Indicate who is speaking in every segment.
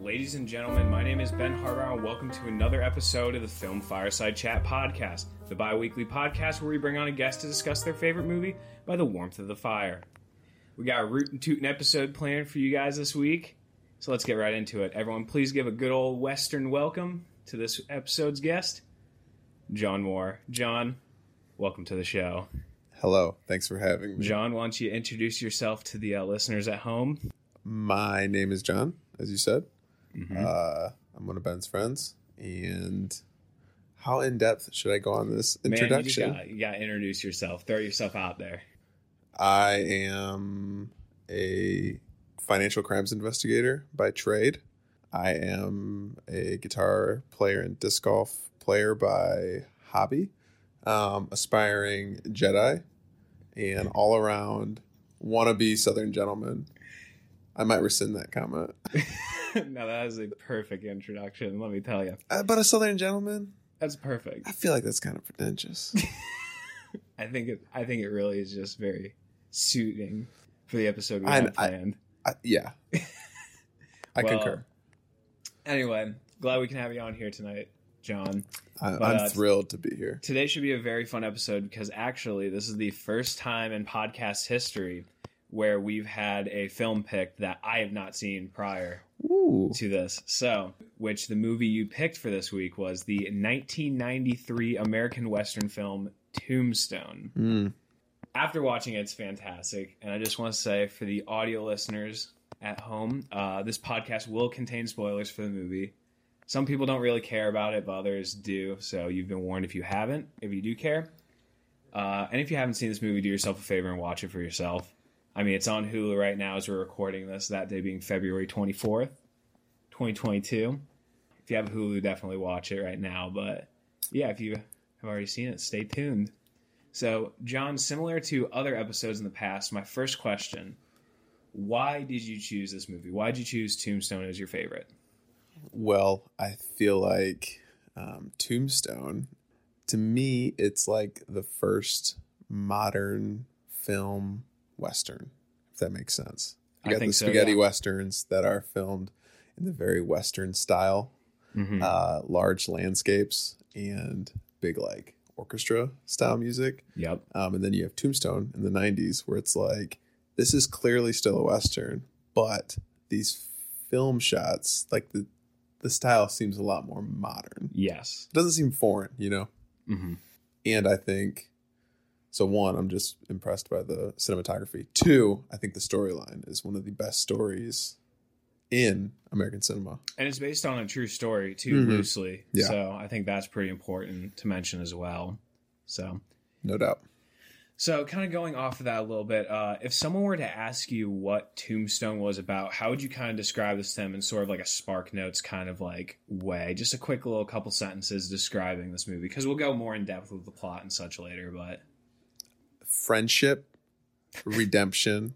Speaker 1: ladies and gentlemen. My name is Ben Harbaugh, and welcome to another episode of the Film Fireside Chat Podcast, the bi weekly podcast where we bring on a guest to discuss their favorite movie by the warmth of the fire. We got a root and tootin' episode planned for you guys this week, so let's get right into it. Everyone, please give a good old Western welcome to this episode's guest, John Moore. John, welcome to the show.
Speaker 2: Hello. Thanks for having me.
Speaker 1: John, why don't you introduce yourself to the uh, listeners at home?
Speaker 2: My name is John, as you said.
Speaker 1: Mm-hmm.
Speaker 2: Uh, I'm one of Ben's friends. And how in depth should I go on this
Speaker 1: Man, you, just
Speaker 2: introduction?
Speaker 1: gotta, you gotta introduce yourself. Throw yourself out there.
Speaker 2: I am a financial crimes investigator by trade. I am a guitar player and disc golf player by hobby, um, aspiring Jedi,
Speaker 1: Mm-hmm.
Speaker 2: and all around wannabe Southern gentleman. I might rescind that comment.
Speaker 1: no, that is a perfect introduction. Let me tell you,
Speaker 2: Uh, but a Southern gentleman?
Speaker 1: that's perfect.
Speaker 2: I feel like that's kind of pretentious.
Speaker 1: I think it. I think it really is just very suiting for the episode we
Speaker 2: I-
Speaker 1: had
Speaker 2: I-
Speaker 1: planned.
Speaker 2: I, yeah. I
Speaker 1: Well,
Speaker 2: concur.
Speaker 1: Anyway, glad we can have you on here tonight, John.
Speaker 2: I,
Speaker 1: but,
Speaker 2: I'm
Speaker 1: uh,
Speaker 2: thrilled to be here.
Speaker 1: Today should be a very fun episode because actually, this is the first time in podcast history where we've had a film pick that I have not seen prior.
Speaker 2: Ooh.
Speaker 1: to this. So, which the movie you picked for this week was the 1993 American Western film Tombstone.
Speaker 2: Mm.
Speaker 1: After watching it, it's fantastic. And I just want to say for the audio listeners at home, uh, this podcast will contain spoilers for the movie. Some people don't really care about it, but others do. So, you've been warned if you haven't, if you do care. Uh, and if you haven't seen this movie, do yourself a favor and watch it for yourself. I mean, it's on Hulu right now as we're recording this, that day being February 24th. 2022. If you have Hulu, definitely watch it right now. But yeah, if you have already seen it, stay tuned. So, John, similar to other episodes in the past, my first question why did you choose this movie? Why did you choose Tombstone as your favorite?
Speaker 2: Well, I feel like um, Tombstone, to me, it's like the first modern film Western, if that makes sense. You
Speaker 1: I
Speaker 2: got
Speaker 1: think
Speaker 2: the
Speaker 1: so,
Speaker 2: spaghetti
Speaker 1: yeah.
Speaker 2: Westerns that are filmed in the very Western style,
Speaker 1: Hmm. Mm-hmm.
Speaker 2: uh, large landscapes, and big, like, orchestra style music.
Speaker 1: Yep.
Speaker 2: Um, and then you have Tombstone in the 90s, where it's like, this is clearly still a Western, but these film shots, like the, the style seems a lot more modern.
Speaker 1: Yes.
Speaker 2: It doesn't seem foreign, you know?
Speaker 1: Mm-hmm.
Speaker 2: And I think, so one, I'm just impressed by the cinematography. Two, I think the storyline is one of the best stories in American cinema.
Speaker 1: And it's based on a true story, too,
Speaker 2: Mhm.
Speaker 1: loosely.
Speaker 2: Yeah.
Speaker 1: So, I think that's pretty important to mention as well. So,
Speaker 2: No doubt.
Speaker 1: So, kind of going off of that a little bit, uh, if someone were to ask you what Tombstone was about, how would you kind of describe this to them in sort of like a Spark Notes kind of like way? Just a quick little couple sentences describing this movie, because we'll go more in depth with the plot and such later. But
Speaker 2: Friendship, redemption.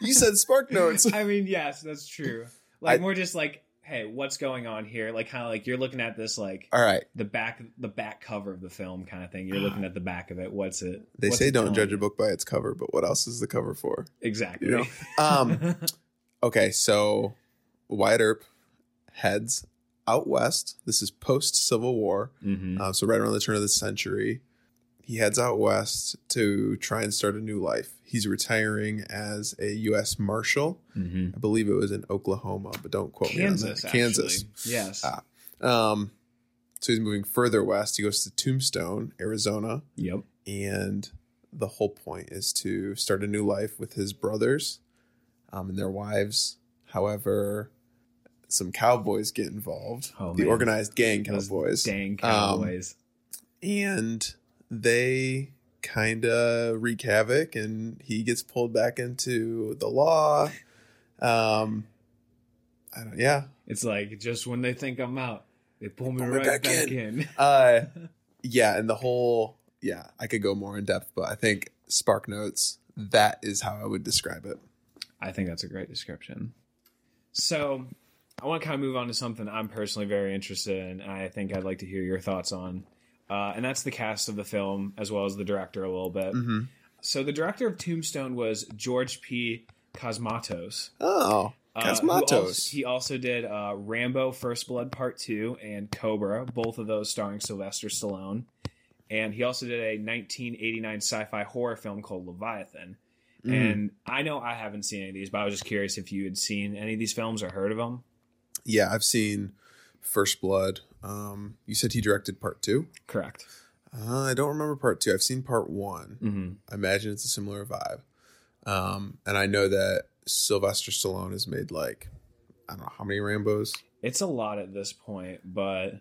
Speaker 2: you said spark notes.
Speaker 1: I mean, yes, that's true. Like,
Speaker 2: I-
Speaker 1: more just like, hey, what's going on here? Like, kind of like you're looking at this like
Speaker 2: All right.
Speaker 1: the back, the back cover of the film kind of thing. You're looking at the back of it. What's it?
Speaker 2: Ah. They
Speaker 1: what's
Speaker 2: say
Speaker 1: it
Speaker 2: don't
Speaker 1: telling
Speaker 2: judge
Speaker 1: you?
Speaker 2: a book by its cover, but what else is the cover for?
Speaker 1: Exactly.
Speaker 2: You know? Um, okay, so Wyatt Earp heads out west. This is post Civil War,
Speaker 1: Mhm.
Speaker 2: um, so right around the turn of the century. He heads out west to try and start a new life. He's retiring as a U.S. Marshal.
Speaker 1: Mhm.
Speaker 2: I believe it was in Oklahoma, but don't quote me on
Speaker 1: Kansas,
Speaker 2: that.
Speaker 1: actually.
Speaker 2: Kansas.
Speaker 1: Yes.
Speaker 2: Ah. Um, so he's moving further west. He goes to Tombstone, Arizona.
Speaker 1: Yep.
Speaker 2: and the whole point is to start a new life with his brothers um, and their wives. However, some cowboys get involved,
Speaker 1: Oh,
Speaker 2: the
Speaker 1: man.
Speaker 2: organized gang
Speaker 1: Those
Speaker 2: cowboys,
Speaker 1: Dang cowboys.
Speaker 2: and they kind of wreak havoc. And he gets pulled back into the law. Um, I don't. Yeah,
Speaker 1: it's like just when they think I'm out, they pull me
Speaker 2: Pull me
Speaker 1: right back,
Speaker 2: back in.
Speaker 1: in.
Speaker 2: uh yeah and the whole yeah i could go more in depth but i think spark notes that is how i would describe it
Speaker 1: I think that's a great description. So I want to kind of move on to something I'm personally very interested in, and I think I'd like to hear your thoughts on. Uh, and that's the cast of the film as well as the director a little bit.
Speaker 2: Mhm.
Speaker 1: So the director of Tombstone was George P. Cosmatos.
Speaker 2: oh
Speaker 1: Uh, who
Speaker 2: Cosmatos.
Speaker 1: also- he also did uh, Rambo: First Blood Part Two and Cobra, both of those starring Sylvester Stallone. And he also did a 1989 sci-fi horror film called Leviathan.
Speaker 2: Mm.
Speaker 1: And I know I haven't seen any of these, but I was just curious if you had seen any of these films or heard of them.
Speaker 2: yeah, I've seen First Blood. Um, you said he directed part two.
Speaker 1: Correct.
Speaker 2: Uh, I don't remember part two. I've seen part one.
Speaker 1: Mm-hmm.
Speaker 2: I imagine it's a similar vibe. Um, and I know that Sylvester Stallone has made like I don't know how many Rambo's.
Speaker 1: It's a lot at this point, but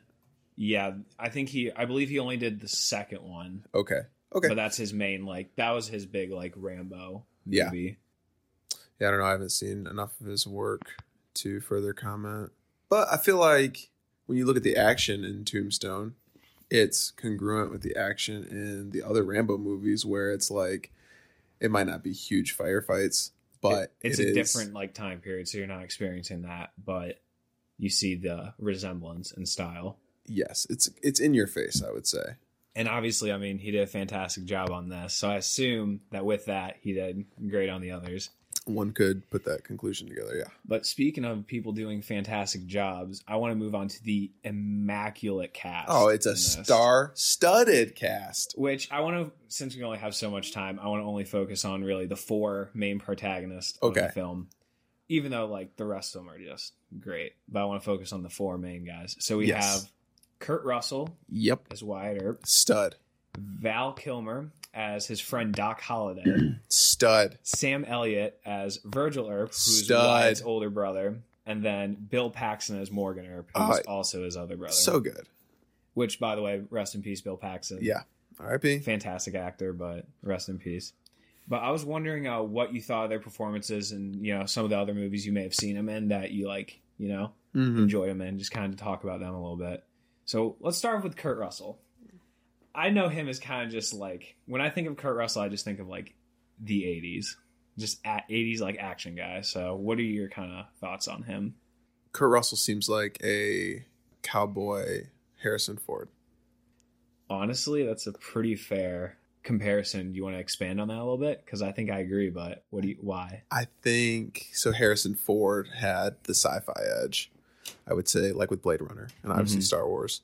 Speaker 1: yeah, I think he. I believe he only did the second one,
Speaker 2: Okay, okay,
Speaker 1: but that's his main. Like that was his big like Rambo
Speaker 2: Yeah.
Speaker 1: movie.
Speaker 2: yeah. I don't know. I haven't seen enough of his work to further comment. But I feel like when you look at the action in Tombstone, it's congruent with the action in the other Rambo movies, where it's like it might not be huge firefights, but
Speaker 1: It- it's
Speaker 2: it
Speaker 1: a
Speaker 2: is-
Speaker 1: different like time period, so you're not experiencing that, but you see the resemblance and style.
Speaker 2: Yes, it's it's in your face. I would say.
Speaker 1: And obviously, I mean, he did a fantastic job on this, so I assume that with that, he did great on the others.
Speaker 2: one could put that conclusion together. Yeah.
Speaker 1: But speaking of people doing fantastic jobs, I want to move on to the immaculate cast.
Speaker 2: Oh, it's a
Speaker 1: in this.
Speaker 2: star-studded cast.
Speaker 1: Which I want to, since we only have so much time, I want to only focus on really the four main protagonists of
Speaker 2: Okay.
Speaker 1: the film. Even though like the rest of them are just great, but I want to focus on the four main guys. So we
Speaker 2: Yes.
Speaker 1: have Kurt Russell
Speaker 2: Yep.
Speaker 1: as Wyatt Earp,
Speaker 2: Stud.
Speaker 1: Val Kilmer as his friend Doc Holliday,
Speaker 2: Stud.
Speaker 1: Sam Elliott as Virgil Earp, who's
Speaker 2: Stud.
Speaker 1: Wyatt's older brother, and then Bill Paxton as Morgan Earp, who's
Speaker 2: Oh,
Speaker 1: also his other brother.
Speaker 2: So good.
Speaker 1: which, by the way, rest in peace, Bill Paxton.
Speaker 2: Yeah. R.I.P.
Speaker 1: fantastic actor, but rest in peace. But I was wondering uh, what you thought of their performances, and you know some of the other movies you may have seen them in that you like, you know,
Speaker 2: Mhm.
Speaker 1: enjoyed them in. Just kind of talk about them a little bit. So let's start with Kurt Russell. I know him as kind of just like when I think of Kurt Russell, I just think of like the '80s, just at '80s like action guy. So what are your kind of thoughts on him?
Speaker 2: Kurt Russell seems like a cowboy Harrison Ford.
Speaker 1: Honestly, that's a pretty fair comparison. Do you want to expand on that a little bit? Because I think I agree, but what do you? Why?
Speaker 2: I think so. Harrison Ford had the sci-fi edge. I would say, like with Blade Runner and obviously
Speaker 1: Mhm.
Speaker 2: Star Wars,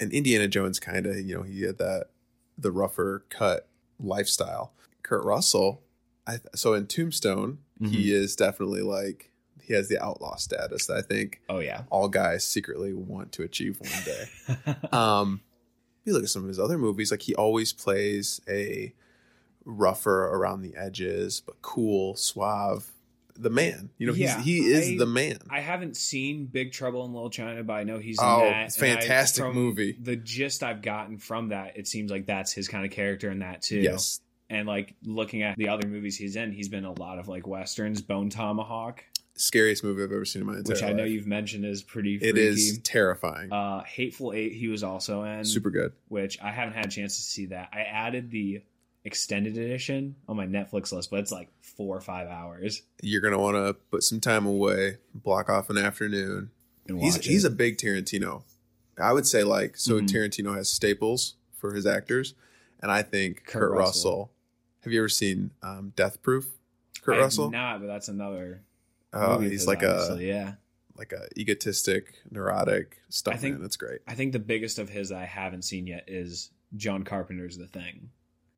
Speaker 2: and Indiana Jones, kind of. You know, he had that the rougher cut lifestyle. Kurt Russell, I so in Tombstone, he is definitely like he has the outlaw status that I think
Speaker 1: Oh yeah.
Speaker 2: all guys secretly want to achieve one day. um, you look at some of his other movies, like he always plays a rougher around the edges, but cool, suave, the man. You know,
Speaker 1: Yeah,
Speaker 2: he's, he is
Speaker 1: I-
Speaker 2: the man.
Speaker 1: I haven't seen Big Trouble in Little China, but I know he's in
Speaker 2: Oh,
Speaker 1: that. and I-
Speaker 2: fantastic
Speaker 1: from
Speaker 2: movie.
Speaker 1: The gist I've gotten from that, it seems like that's his kind of character in that too.
Speaker 2: yes,
Speaker 1: And like looking at the other movies he's in, he's been in a lot of like westerns, Bone Tomahawk,
Speaker 2: scariest movie I've ever seen in my entire
Speaker 1: which I know
Speaker 2: life.
Speaker 1: you've mentioned is pretty.
Speaker 2: It
Speaker 1: Freaky. Um,
Speaker 2: is terrifying.
Speaker 1: Uh, Hateful Eight. He was also in,
Speaker 2: Super good.
Speaker 1: which I haven't had a chance to see that. I added the extended edition on my Netflix list, but it's like four or five hours.
Speaker 2: You're gonna want to put some time away, block off an afternoon,
Speaker 1: And
Speaker 2: he's
Speaker 1: watch
Speaker 2: he's
Speaker 1: it.
Speaker 2: a big Tarantino. I would say like so
Speaker 1: Mhm.
Speaker 2: Tarantino has staples for his actors, and I think
Speaker 1: Kurt
Speaker 2: Kurt,
Speaker 1: Russell.
Speaker 2: Russell. Have you ever seen um, Death Proof? Kurt
Speaker 1: I have
Speaker 2: Russell.
Speaker 1: Not, but that's another.
Speaker 2: Oh,
Speaker 1: movie of
Speaker 2: he's
Speaker 1: his,
Speaker 2: like
Speaker 1: obviously, yeah.
Speaker 2: a like a egotistic, neurotic stuff.
Speaker 1: I think-
Speaker 2: that's great.
Speaker 1: I think the biggest of his that I haven't seen yet is John Carpenter's The Thing,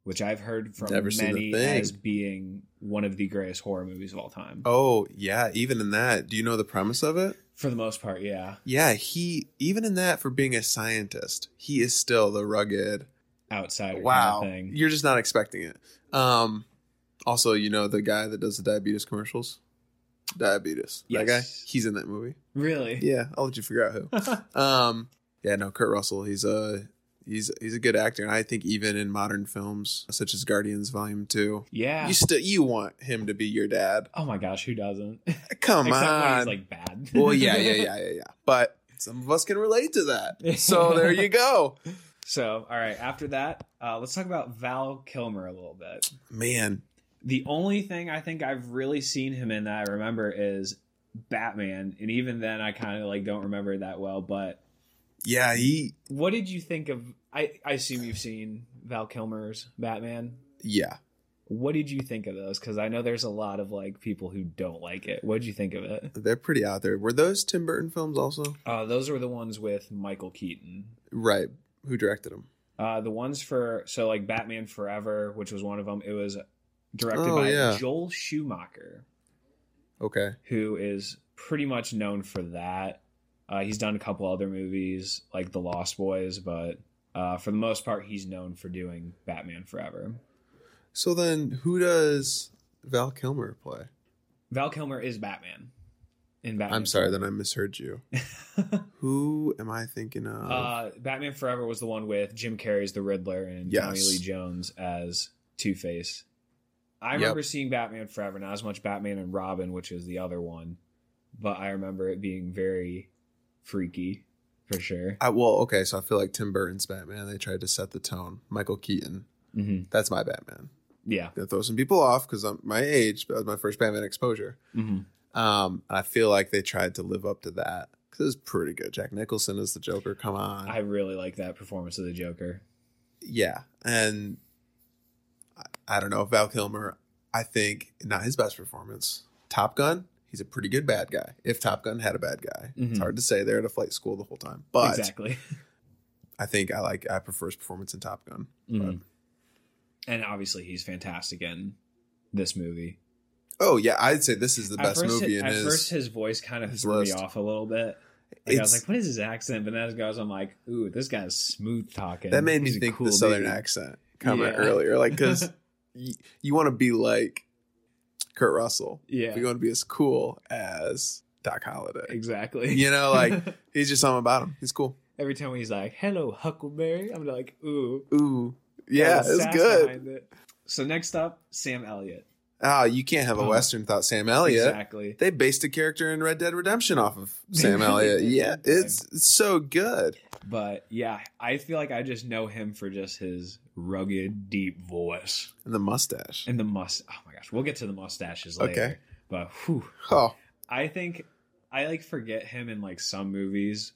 Speaker 1: which I've heard from
Speaker 2: Never seen The
Speaker 1: many
Speaker 2: Thing.
Speaker 1: as being one of the greatest horror movies of all time.
Speaker 2: Oh yeah, even in that, do you know the premise of it?
Speaker 1: For the most part, yeah.
Speaker 2: Yeah, he even in that for being a scientist, he is still the rugged.
Speaker 1: Outsider
Speaker 2: Wow,
Speaker 1: kind of thing.
Speaker 2: you're just not expecting it. Um, also, you know the guy that does the diabetes commercials, diabetes. That guy,
Speaker 1: Yes.
Speaker 2: he's in that movie.
Speaker 1: Really?
Speaker 2: Yeah, I'll let you figure out who. Um, yeah, no, Kurt Russell. He's a he's he's a good actor, and I think even in modern films such as Guardians Volume Two,
Speaker 1: yeah.
Speaker 2: you still you want him to be your dad.
Speaker 1: oh my gosh, who doesn't?
Speaker 2: Come
Speaker 1: Except when
Speaker 2: on.
Speaker 1: he's like bad.
Speaker 2: well, yeah, yeah, yeah, yeah, yeah. But some of us can relate to that. So there you go.
Speaker 1: So, all right, after that, uh, let's talk about Val Kilmer a little bit.
Speaker 2: Man,
Speaker 1: The only thing I think I've really seen him in that I remember is Batman, and even then I kind of like don't remember it that well, but
Speaker 2: yeah, he
Speaker 1: What did you think of? I, I assume you've seen Val Kilmer's Batman.
Speaker 2: yeah.
Speaker 1: What did you think of those? Because I know there's a lot of like people who don't like it. What did you think of it?
Speaker 2: They're pretty out there. Were those Tim Burton films also?
Speaker 1: Uh, those were the ones with Michael Keaton.
Speaker 2: Right. Who directed them?
Speaker 1: Uh, the ones for so like Batman Forever, which was one of them. It was directed
Speaker 2: Oh,
Speaker 1: by
Speaker 2: yeah.
Speaker 1: Joel Schumacher,
Speaker 2: Okay.
Speaker 1: who is pretty much known for that. Uh, he's done a couple other movies like The Lost Boys, but uh, for the most part, he's known for doing Batman Forever.
Speaker 2: So then, who does Val Kilmer play?
Speaker 1: Val Kilmer is Batman in Batman.
Speaker 2: I'm sorry, then I misheard you. who am I thinking of?
Speaker 1: Uh, Batman Forever was the one with Jim Carrey's the Riddler and Tommy
Speaker 2: Yes.
Speaker 1: Lee Jones as Two Face. I
Speaker 2: Yep.
Speaker 1: remember seeing Batman Forever, not as much Batman and Robin, which is the other one, but I remember it being very freaky for sure.
Speaker 2: I, well, okay, so I feel like Tim Burton's Batman. They tried to set the tone. Michael Keaton.
Speaker 1: hmm
Speaker 2: That's my Batman.
Speaker 1: Yeah,
Speaker 2: Gonna throw some people off because I'm my age, but that was my first Batman exposure.
Speaker 1: hmm
Speaker 2: Um, and I feel like they tried to live up to that because it was pretty good. Jack Nicholson is the Joker. Come on,
Speaker 1: I really like that performance of the Joker.
Speaker 2: yeah, and I, I don't know Val Kilmer. I think not his best performance. Top Gun. He's a pretty good bad guy. If Top Gun had a bad guy,
Speaker 1: Mhm.
Speaker 2: it's hard to say. They're at a flight school the whole time, but
Speaker 1: exactly.
Speaker 2: I think I like I prefer his performance in Top Gun.
Speaker 1: Mhm. And obviously, he's fantastic in this movie.
Speaker 2: Oh yeah, I'd say this is the
Speaker 1: At
Speaker 2: best
Speaker 1: first,
Speaker 2: movie
Speaker 1: hi-
Speaker 2: in
Speaker 1: at
Speaker 2: his.
Speaker 1: first, his voice kind of
Speaker 2: his
Speaker 1: threw
Speaker 2: list.
Speaker 1: me off a little bit. Like, I was
Speaker 2: it's,
Speaker 1: like, what is his accent? But then as it goes, I'm like, ooh, this guy's smooth talking.
Speaker 2: that made me
Speaker 1: He's a
Speaker 2: think
Speaker 1: cool
Speaker 2: the southern
Speaker 1: dude.
Speaker 2: accent comment
Speaker 1: Yeah.
Speaker 2: earlier, like because you, you want to be like Kurt Russell,
Speaker 1: yeah,
Speaker 2: you want to be as cool as Doc Holliday.
Speaker 1: exactly.
Speaker 2: You know, like he's just something about him. He's cool.
Speaker 1: every time he's like, hello, Huckleberry, I'm like, ooh.
Speaker 2: Ooh, yeah,
Speaker 1: There's
Speaker 2: it's
Speaker 1: sass
Speaker 2: good.
Speaker 1: behind it. So next up, Sam Elliott.
Speaker 2: Ah, you can't have a
Speaker 1: Oh.
Speaker 2: western without Sam Elliott.
Speaker 1: Exactly.
Speaker 2: They based a character in Red Dead Redemption off of Sam
Speaker 1: They
Speaker 2: Elliott.
Speaker 1: did.
Speaker 2: Yeah, it's, it's so good.
Speaker 1: But yeah, I feel like I just know him for just his rugged, deep voice
Speaker 2: And the mustache.
Speaker 1: and the must. Oh my gosh, we'll get to the mustaches
Speaker 2: Okay.
Speaker 1: later. But whew.
Speaker 2: Oh,
Speaker 1: I think I like forget him in like some movies.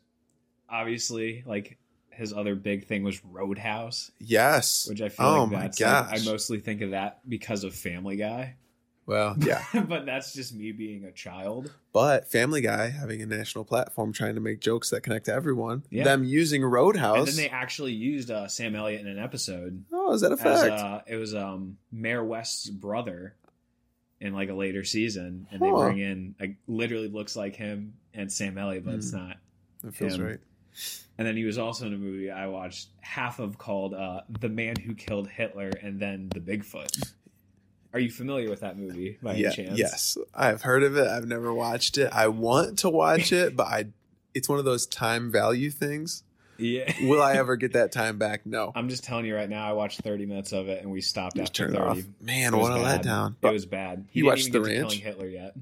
Speaker 1: Obviously, like his other big thing was Roadhouse,
Speaker 2: yes.
Speaker 1: which I feel
Speaker 2: Oh
Speaker 1: like
Speaker 2: my
Speaker 1: that's like,
Speaker 2: gosh.
Speaker 1: I mostly think of that because of Family Guy.
Speaker 2: Well, yeah.
Speaker 1: but that's just me being a child.
Speaker 2: But Family Guy having a national platform trying to make jokes that connect to everyone.
Speaker 1: Yeah.
Speaker 2: Them using
Speaker 1: And
Speaker 2: Roadhouse.
Speaker 1: then they actually used uh, Sam Elliott in an episode
Speaker 2: oh, is that a
Speaker 1: as
Speaker 2: fact?
Speaker 1: uh, it was um, Mayor West's brother in like a later season, and they
Speaker 2: Huh.
Speaker 1: bring in like literally looks like him and Sam Elliott, but
Speaker 2: Hmm.
Speaker 1: it's not.
Speaker 2: that feels
Speaker 1: him.
Speaker 2: right.
Speaker 1: And then he was also in a movie I watched half of called uh, "The Man Who Killed Hitler" and then "The Bigfoot." Are you familiar with that movie by
Speaker 2: Yeah,
Speaker 1: any chance?
Speaker 2: yes. I've heard of it. I've never watched it. I want to watch it, but I it's one of those time value things.
Speaker 1: Yeah.
Speaker 2: Will I ever get that time back? No.
Speaker 1: I'm just telling you right now. I watched 30 minutes of it and we stopped
Speaker 2: Just
Speaker 1: after
Speaker 2: turn
Speaker 1: 30.
Speaker 2: it off. Man,
Speaker 1: It was
Speaker 2: what a
Speaker 1: bad.
Speaker 2: letdown.
Speaker 1: It
Speaker 2: But,
Speaker 1: was bad. He
Speaker 2: You
Speaker 1: didn't
Speaker 2: watched
Speaker 1: even
Speaker 2: The
Speaker 1: get to
Speaker 2: Ranch?
Speaker 1: killing Hitler yet.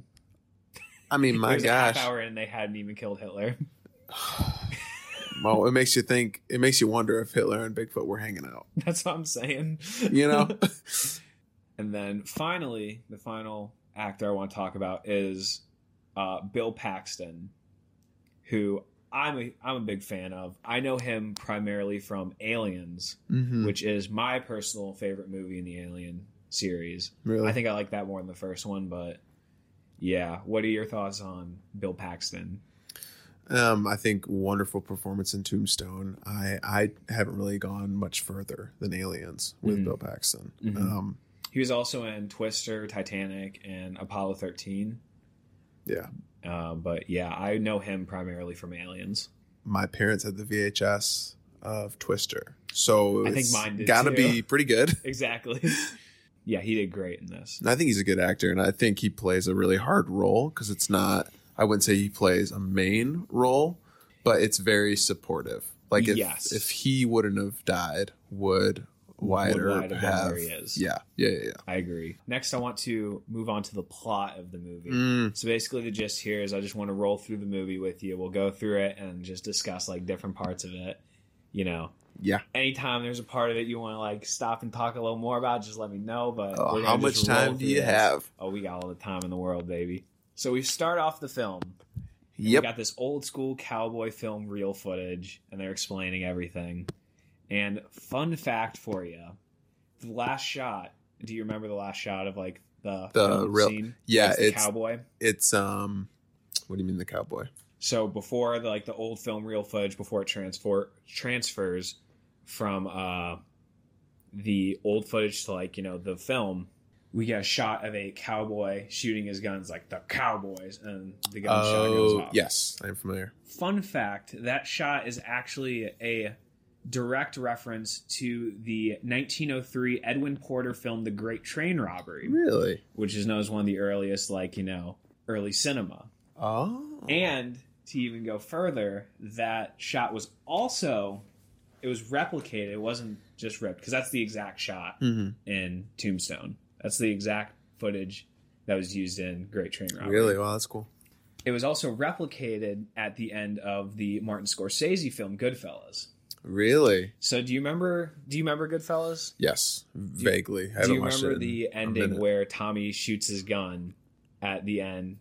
Speaker 2: I mean,
Speaker 1: it
Speaker 2: my
Speaker 1: was a half
Speaker 2: gosh.
Speaker 1: hour and they hadn't even killed Hitler.
Speaker 2: Well, it makes you think. It makes you wonder if Hitler and Bigfoot were hanging out.
Speaker 1: That's what I'm saying.
Speaker 2: You know?
Speaker 1: And then finally, the final actor I want to talk about is uh, Bill Paxton, who I'm a, I'm a big fan of. I know him primarily from Aliens,
Speaker 2: Mhm.
Speaker 1: which is my personal favorite movie in the Alien series.
Speaker 2: really?
Speaker 1: I think I like that more than the first one, but yeah. What are your thoughts on Bill Paxton?
Speaker 2: Um, I think wonderful performance in Tombstone. I I haven't really gone much further than Aliens with
Speaker 1: Mhm.
Speaker 2: Bill Paxton.
Speaker 1: Mhm.
Speaker 2: Um,
Speaker 1: He was also in Twister, Titanic, and Apollo 13.
Speaker 2: Yeah.
Speaker 1: Uh, but yeah, I know him primarily from Aliens.
Speaker 2: my parents had the VHS of Twister, so
Speaker 1: I think
Speaker 2: it's
Speaker 1: mine did
Speaker 2: gotta
Speaker 1: too.
Speaker 2: be pretty good.
Speaker 1: Exactly. yeah, he did great in this.
Speaker 2: And I think he's a good actor, and I think he plays a really hard role because it's not. I wouldn't say he plays a main role, but it's very supportive. Like if
Speaker 1: Yes.
Speaker 2: if he wouldn't have died, would Wyatt
Speaker 1: Would
Speaker 2: Earp
Speaker 1: Wyatt have been
Speaker 2: have?
Speaker 1: where he is.
Speaker 2: Yeah, yeah, yeah. yeah.
Speaker 1: I agree. Next, I want to move on to the plot of the movie.
Speaker 2: Mm,
Speaker 1: So basically, the gist here is I just want to roll through the movie with you. We'll go through it and just discuss like different parts of it. You know,
Speaker 2: yeah.
Speaker 1: anytime there's a part of it you want to like stop and talk a little more about, just let me know. But
Speaker 2: Oh,
Speaker 1: we're gonna
Speaker 2: how much
Speaker 1: just roll
Speaker 2: time do
Speaker 1: through
Speaker 2: you
Speaker 1: this.
Speaker 2: have?
Speaker 1: Oh, we got all the time in the world, baby. So we start off the film. And
Speaker 2: Yep.
Speaker 1: We got this old school cowboy film reel footage, and they're explaining everything. And fun fact for you the last shot Do you remember the last shot of like the
Speaker 2: The
Speaker 1: final
Speaker 2: real-
Speaker 1: scene?
Speaker 2: Yeah,
Speaker 1: the
Speaker 2: it's
Speaker 1: cowboy.
Speaker 2: it's um what do you mean the cowboy?
Speaker 1: So before the, like the old film real footage before it transfer transfers from uh the old footage to like you know the film, we get a shot of a cowboy shooting his guns like the cowboys, and the gunshot goes
Speaker 2: Oh,
Speaker 1: off.
Speaker 2: yes, I'm familiar.
Speaker 1: Fun fact: that shot is actually a direct reference to the 1903 Edwin Porter film The Great Train Robbery,
Speaker 2: Really?
Speaker 1: which is known as one of the earliest like you know early cinema.
Speaker 2: Oh.
Speaker 1: And to even go further, that shot was also it was replicated. It wasn't just ripped because that's the exact shot
Speaker 2: Mhm.
Speaker 1: in Tombstone. That's the exact footage that was used in Great Train Robbery.
Speaker 2: really? Wow, that's cool.
Speaker 1: It was also replicated at the end of the Martin Scorsese film Goodfellas.
Speaker 2: Really?
Speaker 1: So do you remember? Do you remember Goodfellas?
Speaker 2: Yes, vaguely. I
Speaker 1: do
Speaker 2: haven't
Speaker 1: you
Speaker 2: watched
Speaker 1: remember
Speaker 2: it. in
Speaker 1: the
Speaker 2: a
Speaker 1: ending
Speaker 2: minute.
Speaker 1: where Tommy shoots his gun at the end?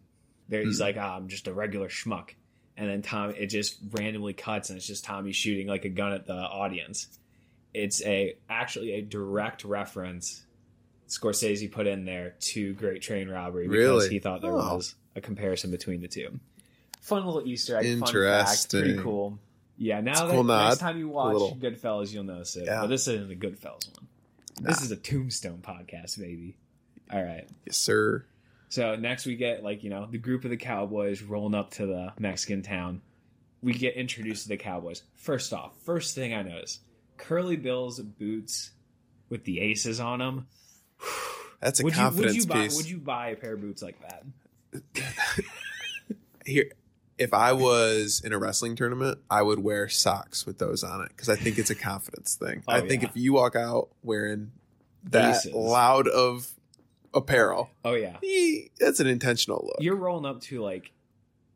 Speaker 1: There he's
Speaker 2: Mm.
Speaker 1: like, ah, I'm just a regular schmuck. And then Tom it just randomly cuts and it's just Tommy shooting like a gun at the audience. It's a actually a direct reference Scorsese put in there to Great Train Robbery because
Speaker 2: Really?
Speaker 1: he thought there
Speaker 2: Oh.
Speaker 1: was a comparison between the two. Fun little Easter egg, fun fact, pretty
Speaker 2: Interesting.
Speaker 1: cool. Yeah, now
Speaker 2: It's a
Speaker 1: that
Speaker 2: cool
Speaker 1: next
Speaker 2: nod.
Speaker 1: time you watch
Speaker 2: little-
Speaker 1: Goodfellas, you'll notice it.
Speaker 2: Yeah.
Speaker 1: But this isn't a Goodfellas one. This is a tombstone podcast, baby. All right.
Speaker 2: Yes, sir.
Speaker 1: So next we get like, you know, the group of the cowboys rolling up to the Mexican town. We get introduced to the cowboys. First off, first thing I notice, Curly Bill's boots with the aces on them.
Speaker 2: That's a
Speaker 1: would you would
Speaker 2: confidence
Speaker 1: you buy
Speaker 2: piece.
Speaker 1: would you buy a pair of boots like that?
Speaker 2: Here, if I was in a wrestling tournament, I would wear socks with those on it because I think it's a confidence thing.
Speaker 1: Oh,
Speaker 2: I think
Speaker 1: yeah.
Speaker 2: if you walk out wearing that
Speaker 1: Aces.
Speaker 2: loud of apparel,
Speaker 1: Oh yeah.
Speaker 2: eh, that's an intentional look.
Speaker 1: You're rolling up to like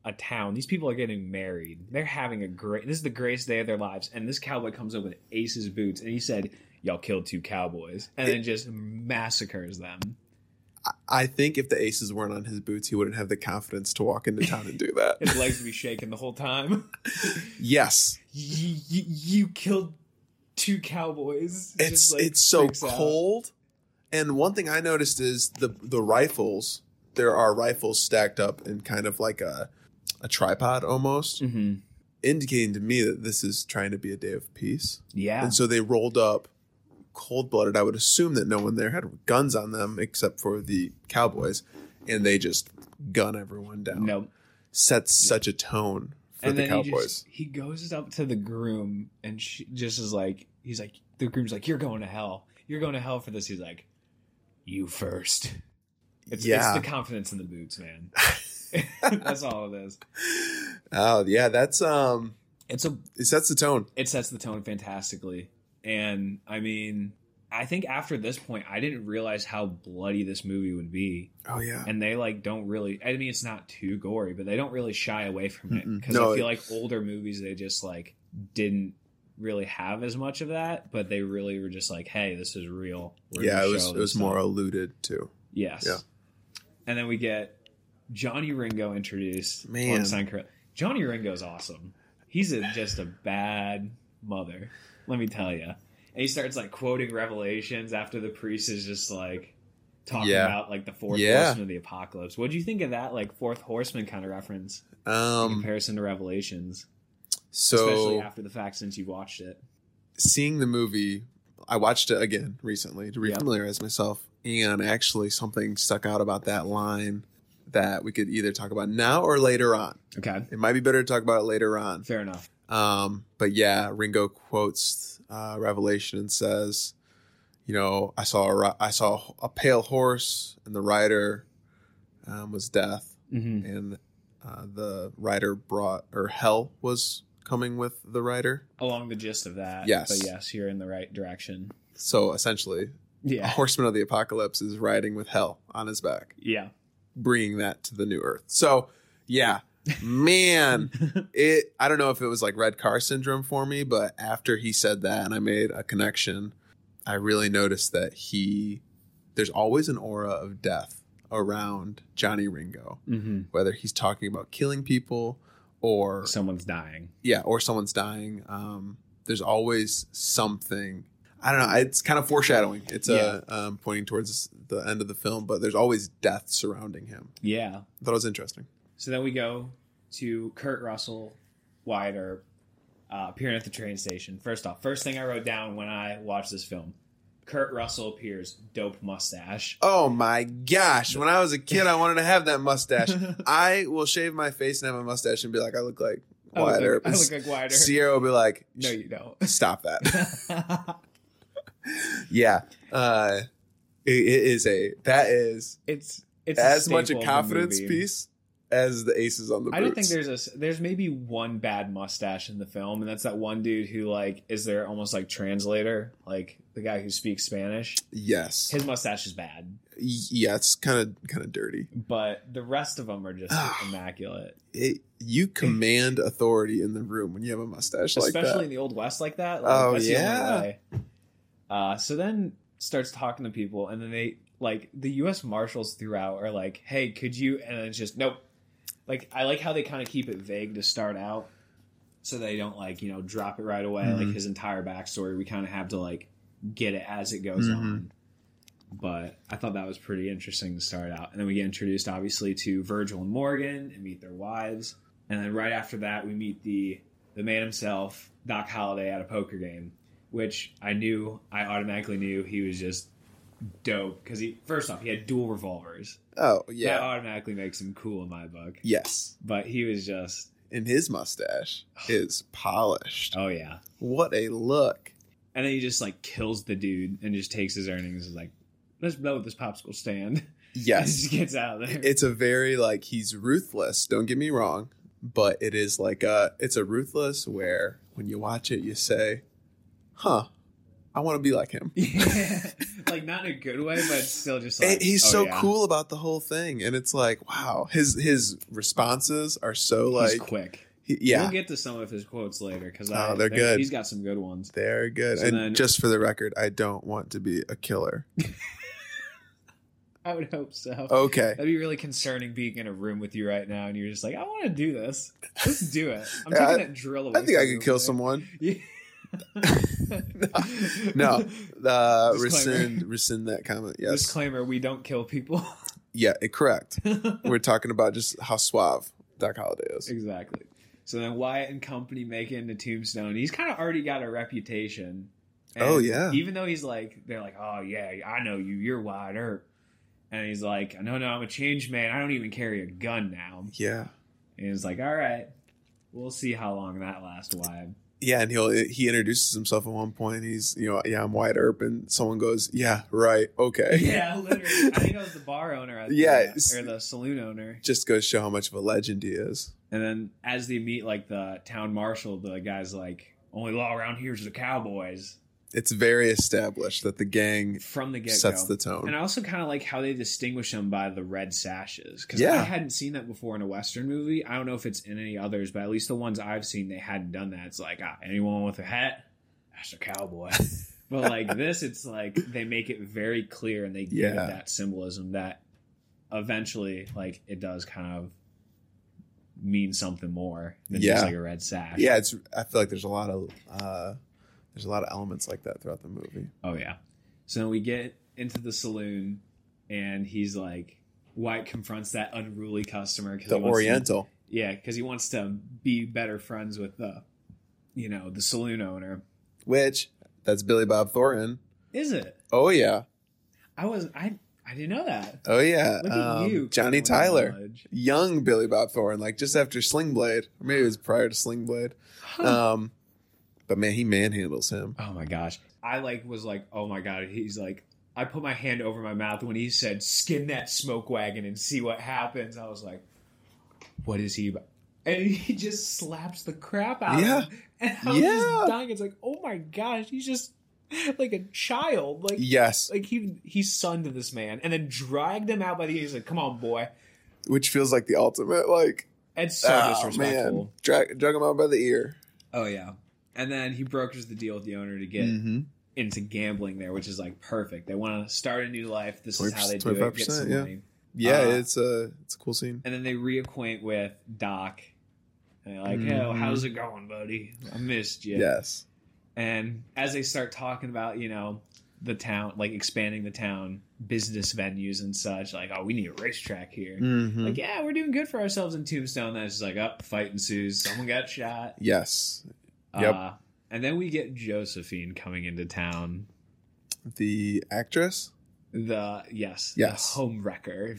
Speaker 1: a town. These people are getting married. They're having a great. This is the greatest day of their lives. And this cowboy comes up with Ace's boots, and he said, "Y'all killed two cowboys," and then just massacres them.
Speaker 2: I think if the aces weren't on his boots, he wouldn't have the confidence to walk into town and do that.
Speaker 1: His legs would be shaking the whole time.
Speaker 2: yes,
Speaker 1: you, you, you killed two cowboys. Just,
Speaker 2: it's
Speaker 1: like,
Speaker 2: it's so
Speaker 1: freaks out.
Speaker 2: cold. And one thing I noticed is the the rifles. There are rifles stacked up in kind of like a a tripod almost,
Speaker 1: Mhm.
Speaker 2: indicating to me that this is trying to be a day of peace.
Speaker 1: Yeah.
Speaker 2: And so they rolled up cold blooded. I would assume that no one there had guns on them except for the cowboys, and they just gun everyone down.
Speaker 1: no.
Speaker 2: Sets such a tone for
Speaker 1: and
Speaker 2: the
Speaker 1: then
Speaker 2: cowboys.
Speaker 1: He, just, he goes up to the groom and she just is like, he's like, the groom's like, you're going to hell. You're going to hell for this. He's like, you first. It's,
Speaker 2: Yeah.
Speaker 1: it's the confidence in the boots, man. That's all it is.
Speaker 2: Oh yeah, that's um,
Speaker 1: It's a
Speaker 2: it sets the tone.
Speaker 1: it sets the tone fantastically, and I mean, I think after this point, I didn't realize how bloody this movie would be.
Speaker 2: Oh yeah,
Speaker 1: and they like don't really i mean it's not too gory but they don't really shy away from it
Speaker 2: Mm-mm.
Speaker 1: because
Speaker 2: No,
Speaker 1: i feel
Speaker 2: it-
Speaker 1: like older movies they just like didn't really have as much of that but they really were just like hey this is real We're
Speaker 2: yeah.
Speaker 1: gonna
Speaker 2: It was
Speaker 1: show
Speaker 2: it
Speaker 1: this
Speaker 2: was
Speaker 1: stuff.
Speaker 2: more alluded to.
Speaker 1: yes
Speaker 2: yeah.
Speaker 1: and then we get johnny ringo introduced
Speaker 2: Man.
Speaker 1: Once on Cor- johnny ringo's awesome he's a, just a bad mother let me tell you and he starts like quoting revelations after the priest is just like talking
Speaker 2: Yeah.
Speaker 1: about like the fourth
Speaker 2: Yeah.
Speaker 1: horseman of the apocalypse. What do you think of that like fourth horseman kind of reference in
Speaker 2: Um,
Speaker 1: comparison to Revelations, especially
Speaker 2: so
Speaker 1: after the fact since you watched it?
Speaker 2: seeing the movie, I watched it again recently to
Speaker 1: Yeah.
Speaker 2: refamiliarize myself, and actually something stuck out about that line that we could either talk about now or later on.
Speaker 1: Okay,
Speaker 2: It might be better to talk about it later on.
Speaker 1: fair enough.
Speaker 2: Um, but yeah, Ringo quotes uh, Revelation and says, "You know, I saw a ri- I saw a pale horse, and the rider um, was death,
Speaker 1: Mm-hmm.
Speaker 2: and uh, the rider brought or hell was coming with the rider.
Speaker 1: Along the gist of that,
Speaker 2: Yes.
Speaker 1: but yes, you're in the right direction.
Speaker 2: So essentially, a
Speaker 1: Yeah,
Speaker 2: horseman of the apocalypse is riding with hell on his back,
Speaker 1: yeah.
Speaker 2: bringing that to the new earth. So yeah." Man, it I don't know if it was like red car syndrome for me, but after he said that and I made a connection, I really noticed that he there's always an aura of death around Johnny Ringo,
Speaker 1: hmm
Speaker 2: whether he's talking about killing people or
Speaker 1: Someone's dying.
Speaker 2: yeah, or someone's dying. Um, there's always something. I don't know. It's kind of foreshadowing. It's uh, um, pointing towards the end of the film, but there's always death surrounding him.
Speaker 1: Yeah.
Speaker 2: I thought it was interesting.
Speaker 1: So then we go to Kurt Russell Wider uh, appearing at the train station. First off, first thing I wrote down when I watched this film Kurt Russell appears, dope mustache.
Speaker 2: Oh my gosh! When I was a kid, I wanted to have that mustache. I will shave my face and have a mustache and be like, I look like
Speaker 1: I look
Speaker 2: Wyatt Earp.
Speaker 1: like, I look like Wider.
Speaker 2: Sierra will be like,
Speaker 1: No, you don't.
Speaker 2: stop that. yeah, uh, it, it is a that is
Speaker 1: it's it's
Speaker 2: as much a
Speaker 1: staple of the
Speaker 2: confidence
Speaker 1: movie.
Speaker 2: piece as the aces on the.
Speaker 1: I don't think
Speaker 2: Brutes.
Speaker 1: there's a s- there's maybe one bad mustache in the film, and that's that one dude who like is their almost like translator, like the guy who speaks Spanish.
Speaker 2: Yes,
Speaker 1: His mustache is bad,
Speaker 2: yeah, it's kind of kind of dirty.
Speaker 1: but the rest of them are just immaculate,
Speaker 2: It, you command authority in the room when you have a mustache like
Speaker 1: especially in
Speaker 2: that.
Speaker 1: the old west like that. Like,
Speaker 2: Oh,
Speaker 1: that's the only
Speaker 2: yeah.
Speaker 1: way. Uh, so then starts talking to people, and then they like the U.S. Marshals throughout are like, "Hey, could you?" And it's just nope. Like I like how they kind of keep it vague to start out, so they don't like you know drop it right away. Like
Speaker 2: Mhm.
Speaker 1: his entire backstory, we kind of have to like get it as it goes
Speaker 2: Mhm.
Speaker 1: on. But I thought that was pretty interesting to start out, and then we get introduced obviously to Virgil and Morgan and meet their wives, and then right after that we meet the the man himself, Doc Holliday, at a poker game, which I knew I automatically knew he was just dope because he first off he had dual revolvers.
Speaker 2: Oh
Speaker 1: That
Speaker 2: yeah,
Speaker 1: automatically makes him cool in my book.
Speaker 2: yes,
Speaker 1: But he was just
Speaker 2: and his mustache is polished.
Speaker 1: oh yeah,
Speaker 2: What a look!
Speaker 1: and then he just like kills the dude and just takes his earnings and is like let's blow up this popsicle stand. and
Speaker 2: Yes,
Speaker 1: just gets out of there.
Speaker 2: it's a very like he's ruthless don't get me wrong but it is like a it's a ruthless where when you watch it you say huh i want to be like him
Speaker 1: like not in a good way, but still just like
Speaker 2: And he's
Speaker 1: oh,
Speaker 2: so
Speaker 1: yeah.
Speaker 2: cool about the whole thing and it's like wow his his responses are so
Speaker 1: he's
Speaker 2: like
Speaker 1: quick.
Speaker 2: he- yeah
Speaker 1: we'll get to some of his quotes later because
Speaker 2: Oh, they're good.
Speaker 1: He's got some good ones.
Speaker 2: they're good
Speaker 1: So
Speaker 2: and
Speaker 1: then-
Speaker 2: just for the record i don't want to be a killer
Speaker 1: I would hope so.
Speaker 2: okay
Speaker 1: That'd be really concerning being in a room with you right now, and you're just like, I want to do this. Let's do it. I'm
Speaker 2: Yeah,
Speaker 1: taking
Speaker 2: I-
Speaker 1: that drill away.
Speaker 2: i think
Speaker 1: from
Speaker 2: i
Speaker 1: you
Speaker 2: could kill
Speaker 1: over there.
Speaker 2: someone
Speaker 1: Yeah.
Speaker 2: no.
Speaker 1: Disclaimer.
Speaker 2: uh rescind rescind that comment yes
Speaker 1: Disclaimer: We don't kill people.
Speaker 2: yeah it- correct we're talking about just how suave doc holiday is
Speaker 1: exactly. So then Wyatt and company make it into Tombstone. He's kind of already got a reputation.
Speaker 2: Oh, yeah.
Speaker 1: Even though he's like, they're like, oh yeah, I know you. You're Wyatt Earp. And he's like, no, no, I'm a change man. I don't even carry a gun now.
Speaker 2: Yeah.
Speaker 1: And he's like, all right, we'll see how long that lasts, Wyatt.
Speaker 2: Yeah, and he'll he introduces himself at one point. He's you know yeah I'm Wyatt Earp, and someone goes yeah right okay
Speaker 1: Yeah, literally. I think I was the bar owner. At
Speaker 2: Yeah,
Speaker 1: the,
Speaker 2: it's-
Speaker 1: or the saloon owner.
Speaker 2: just goes to show how much of a legend he is.
Speaker 1: And then as they meet, like the town marshal, the guy's like, "Only law around here is the cowboys."
Speaker 2: It's very established that the gang
Speaker 1: From the get go,
Speaker 2: sets the tone.
Speaker 1: and I also kind of like how they distinguish them by the red sashes because I
Speaker 2: Yeah.
Speaker 1: hadn't seen that before in a western movie. I don't know if it's in any others, but at least the ones I've seen, they hadn't done that. It's like ah, anyone with a hat, that's a cowboy. but like this, it's like they make it very clear and they give it
Speaker 2: Yeah.
Speaker 1: that symbolism that eventually, like it does kind of mean something more than
Speaker 2: Yeah.
Speaker 1: just like a red sash.
Speaker 2: yeah, it's I feel like there's a lot of uh, there's a lot of elements like that throughout the movie.
Speaker 1: Oh yeah. So then we get into the saloon, and he's like, White confronts that unruly customer because
Speaker 2: The Oriental,
Speaker 1: yeah, because he wants to be better friends with the, you know, the saloon owner.
Speaker 2: which that's Billy Bob Thornton.
Speaker 1: Is it?
Speaker 2: Oh yeah,
Speaker 1: I wasn't. I I didn't know that.
Speaker 2: oh yeah.
Speaker 1: Look
Speaker 2: Um,
Speaker 1: at you,
Speaker 2: Johnny
Speaker 1: Colin
Speaker 2: Tyler,
Speaker 1: Lodge.
Speaker 2: young Billy Bob Thornton, like just after Slingblade, or maybe it was prior to Slingblade.
Speaker 1: Huh.
Speaker 2: Um, but man, he manhandles him.
Speaker 1: oh my gosh! I like was like, oh my god. He's like, I put my hand over my mouth when he said, "Skin that smoke wagon and see what happens." I was like, what is he? About? And he just slaps the crap out.
Speaker 2: Yeah.
Speaker 1: of him. And I was
Speaker 2: Yeah.
Speaker 1: just dying. It's like, oh my gosh, he's just like a child. Like
Speaker 2: Yes,
Speaker 1: like he he sunned this man and then dragged him out by the he's like, come on, boy.
Speaker 2: which feels like the ultimate like
Speaker 1: It's so
Speaker 2: oh, man
Speaker 1: disrespectful.
Speaker 2: drag, drag him out by the ear
Speaker 1: Oh yeah. And then he brokers the deal with the owner to get
Speaker 2: mm-hmm.
Speaker 1: into gambling there, which is like perfect. They want to start a new life. This is how they do it. Get
Speaker 2: 25%,
Speaker 1: some
Speaker 2: yeah.
Speaker 1: money.
Speaker 2: yeah
Speaker 1: Uh,
Speaker 2: it's a it's a cool scene
Speaker 1: And then they reacquaint with Doc. And they're like,
Speaker 2: Mhm.
Speaker 1: oh, how's it going, buddy? I missed you.
Speaker 2: yes
Speaker 1: And as they start talking about, you know, the town, like expanding the town, business venues and such, like, oh, we need a racetrack here.
Speaker 2: Mm-hmm.
Speaker 1: Like, yeah, we're doing good for ourselves in Tombstone. That's just like, up, fight ensues. Someone got shot.
Speaker 2: yes, Yep.
Speaker 1: Uh, and then we get Josephine coming into town.
Speaker 2: the actress.
Speaker 1: The yes,
Speaker 2: Yes.
Speaker 1: the home wrecker,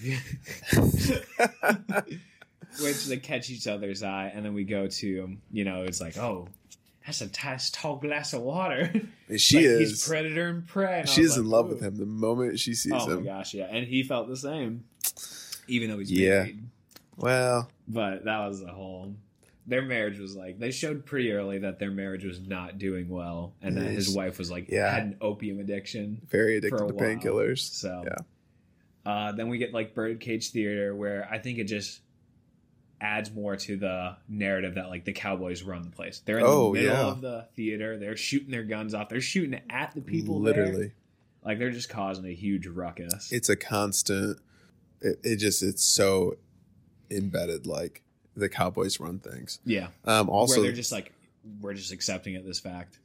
Speaker 1: which they catch each other's eye, and then we go to you know it's like oh, that's a nice tall glass of water.
Speaker 2: she
Speaker 1: Like, he's
Speaker 2: is.
Speaker 1: predator and prey. and I
Speaker 2: She
Speaker 1: was
Speaker 2: is in
Speaker 1: like,
Speaker 2: love
Speaker 1: "Ooh."
Speaker 2: with him the moment she sees
Speaker 1: Oh
Speaker 2: him.
Speaker 1: my gosh, yeah, and he felt the same, even though he's
Speaker 2: Yeah.
Speaker 1: married.
Speaker 2: Well,
Speaker 1: But that was the whole. Their marriage was like they showed pretty early that their marriage was not doing well, and that his
Speaker 2: Yes.
Speaker 1: wife was like
Speaker 2: Yeah.
Speaker 1: had an opium addiction.
Speaker 2: very
Speaker 1: For
Speaker 2: addicted
Speaker 1: a
Speaker 2: to
Speaker 1: while.
Speaker 2: painkillers.
Speaker 1: So
Speaker 2: Yeah.
Speaker 1: Uh, then we get like Birdcage Theater, where I think it just adds more to the narrative that like the Cowboys run the place. They're in
Speaker 2: Oh,
Speaker 1: the middle
Speaker 2: yeah.
Speaker 1: of the theater. They're shooting their guns off. They're shooting at the people.
Speaker 2: literally.
Speaker 1: there. like they're just causing a huge ruckus.
Speaker 2: it's a constant it, it just it's so embedded like the cowboys run things
Speaker 1: yeah,
Speaker 2: um
Speaker 1: where
Speaker 2: also
Speaker 1: they're just like we're just accepting it this fact.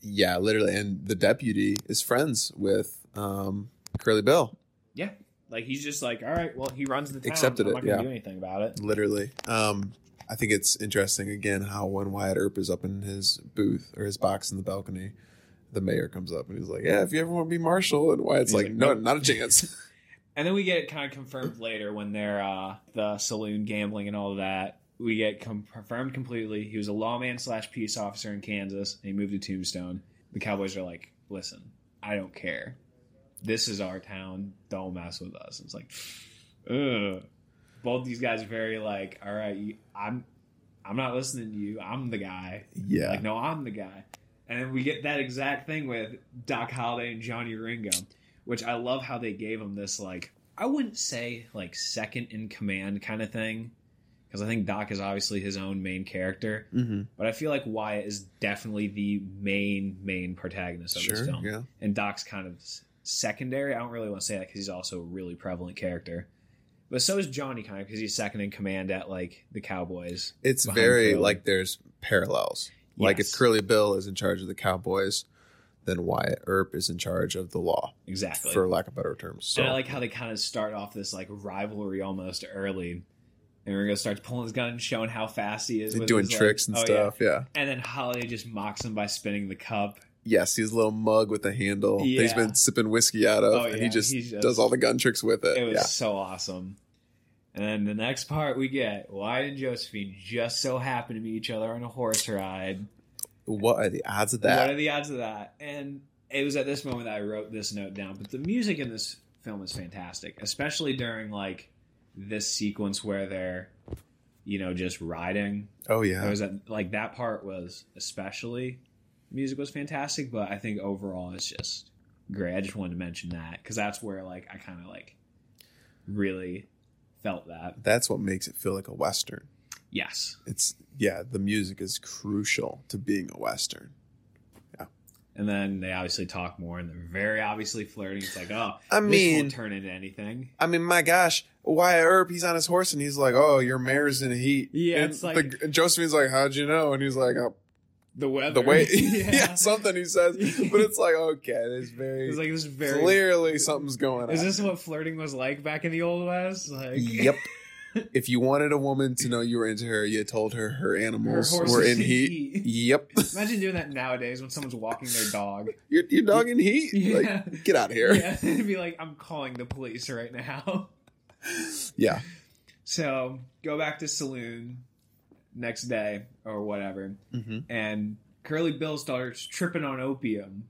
Speaker 2: yeah literally and the deputy is friends with um curly bill
Speaker 1: Yeah, like he's just like all right, well he runs the town.
Speaker 2: Accepted
Speaker 1: I'm
Speaker 2: it,
Speaker 1: not gonna
Speaker 2: yeah.
Speaker 1: do anything about it.
Speaker 2: literally um i think it's interesting again how when wyatt earp is up in his booth or his box in the balcony the mayor comes up and he's like yeah if you ever want to be marshal and wyatt's
Speaker 1: He's
Speaker 2: like,
Speaker 1: like,
Speaker 2: no
Speaker 1: nope."
Speaker 2: not a chance
Speaker 1: And then we get it kind of confirmed later when they're uh, the saloon gambling and all that. We get com- confirmed completely. He was a lawman slash peace officer in Kansas, and he moved to Tombstone. The Cowboys are like, "Listen, I don't care. This is our town. Don't mess with us." It's like, ugh. Both these guys are very like, "All right, you, I'm, I'm not listening to you. I'm the guy.
Speaker 2: yeah
Speaker 1: Like, no, I'm the guy. And then we get that exact thing with Doc Holliday and Johnny Ringo, which I love how they gave him this like I wouldn't say like second in command kind of thing, because I think Doc is obviously his own main character,
Speaker 2: mm-hmm.
Speaker 1: but I feel like Wyatt is definitely the main main protagonist of this
Speaker 2: sure
Speaker 1: film,
Speaker 2: yeah
Speaker 1: and Doc's kind of s- secondary. I don't really want to say that because he's also a really prevalent character. But so is Johnny kind of because he's second in command at like the Cowboys.
Speaker 2: it's
Speaker 1: behind
Speaker 2: very
Speaker 1: Curly.
Speaker 2: like there's parallels. Like if
Speaker 1: Yes.
Speaker 2: Curly Bill is in charge of the Cowboys, then Wyatt Earp is in charge of the law,
Speaker 1: Exactly.
Speaker 2: for lack of better terms. So
Speaker 1: And I like how they kind of start off this like rivalry almost early. And Ringo starts pulling his gun and showing how fast he is.
Speaker 2: they're
Speaker 1: with
Speaker 2: doing
Speaker 1: his, like-
Speaker 2: tricks
Speaker 1: oh,
Speaker 2: and
Speaker 1: yeah.
Speaker 2: stuff. Yeah.
Speaker 1: And then Holiday just mocks him by spinning the cup.
Speaker 2: Yes, he's a little mug with a handle that he's
Speaker 1: Yeah.
Speaker 2: been sipping whiskey out of,
Speaker 1: Oh,
Speaker 2: and
Speaker 1: yeah,
Speaker 2: he just,
Speaker 1: he just-
Speaker 2: does all the gun tricks with it.
Speaker 1: It was
Speaker 2: yeah.
Speaker 1: so awesome. And then the next part we get Wyatt and Josephine just so happen to meet each other on a horse ride.
Speaker 2: What are the odds of
Speaker 1: What are
Speaker 2: that?
Speaker 1: the odds of that? And it was at this moment that I wrote this note down. But the music in this film is fantastic, especially during like this sequence where they're, you know, just riding.
Speaker 2: Oh
Speaker 1: I
Speaker 2: yeah.
Speaker 1: was at, like that part was especially music was fantastic, but I think overall it's just great. I just wanted to mention that because that's where like I kind of like really felt that.
Speaker 2: That's what makes it feel like a western.
Speaker 1: Yes,
Speaker 2: It's yeah, the music is crucial to being a western.
Speaker 1: and then they obviously talk more, and they're very obviously flirting. It's like, oh,
Speaker 2: I
Speaker 1: this
Speaker 2: mean,
Speaker 1: won't turn into anything.
Speaker 2: I mean, my gosh, Wyatt Earp, he's on his horse and he's like, "Oh, your mare's in heat."
Speaker 1: Yeah,
Speaker 2: and
Speaker 1: it's like-
Speaker 2: the, and Josephine's like, "How'd you know?" And he's like, oh,
Speaker 1: The weather,
Speaker 2: "The way, yeah.
Speaker 1: yeah.
Speaker 2: something he says." But it's like, okay, it's very,
Speaker 1: it's like this very.
Speaker 2: clearly something's going
Speaker 1: Is
Speaker 2: on.
Speaker 1: this what flirting was like back in the old west? Like,
Speaker 2: yep. if you wanted a woman to know you were into her, you told her her
Speaker 1: her
Speaker 2: animals
Speaker 1: horse
Speaker 2: were
Speaker 1: is
Speaker 2: in heat. Yep,
Speaker 1: Imagine doing that nowadays when someone's walking their dog.
Speaker 2: your, your dog in heat. Like,
Speaker 1: Yeah.
Speaker 2: get out of here. Yeah.
Speaker 1: Yeah, it'd be like, I'm calling the police right now. So go back to saloon next day or whatever,
Speaker 2: Mm-hmm.
Speaker 1: and Curly Bill starts tripping on opium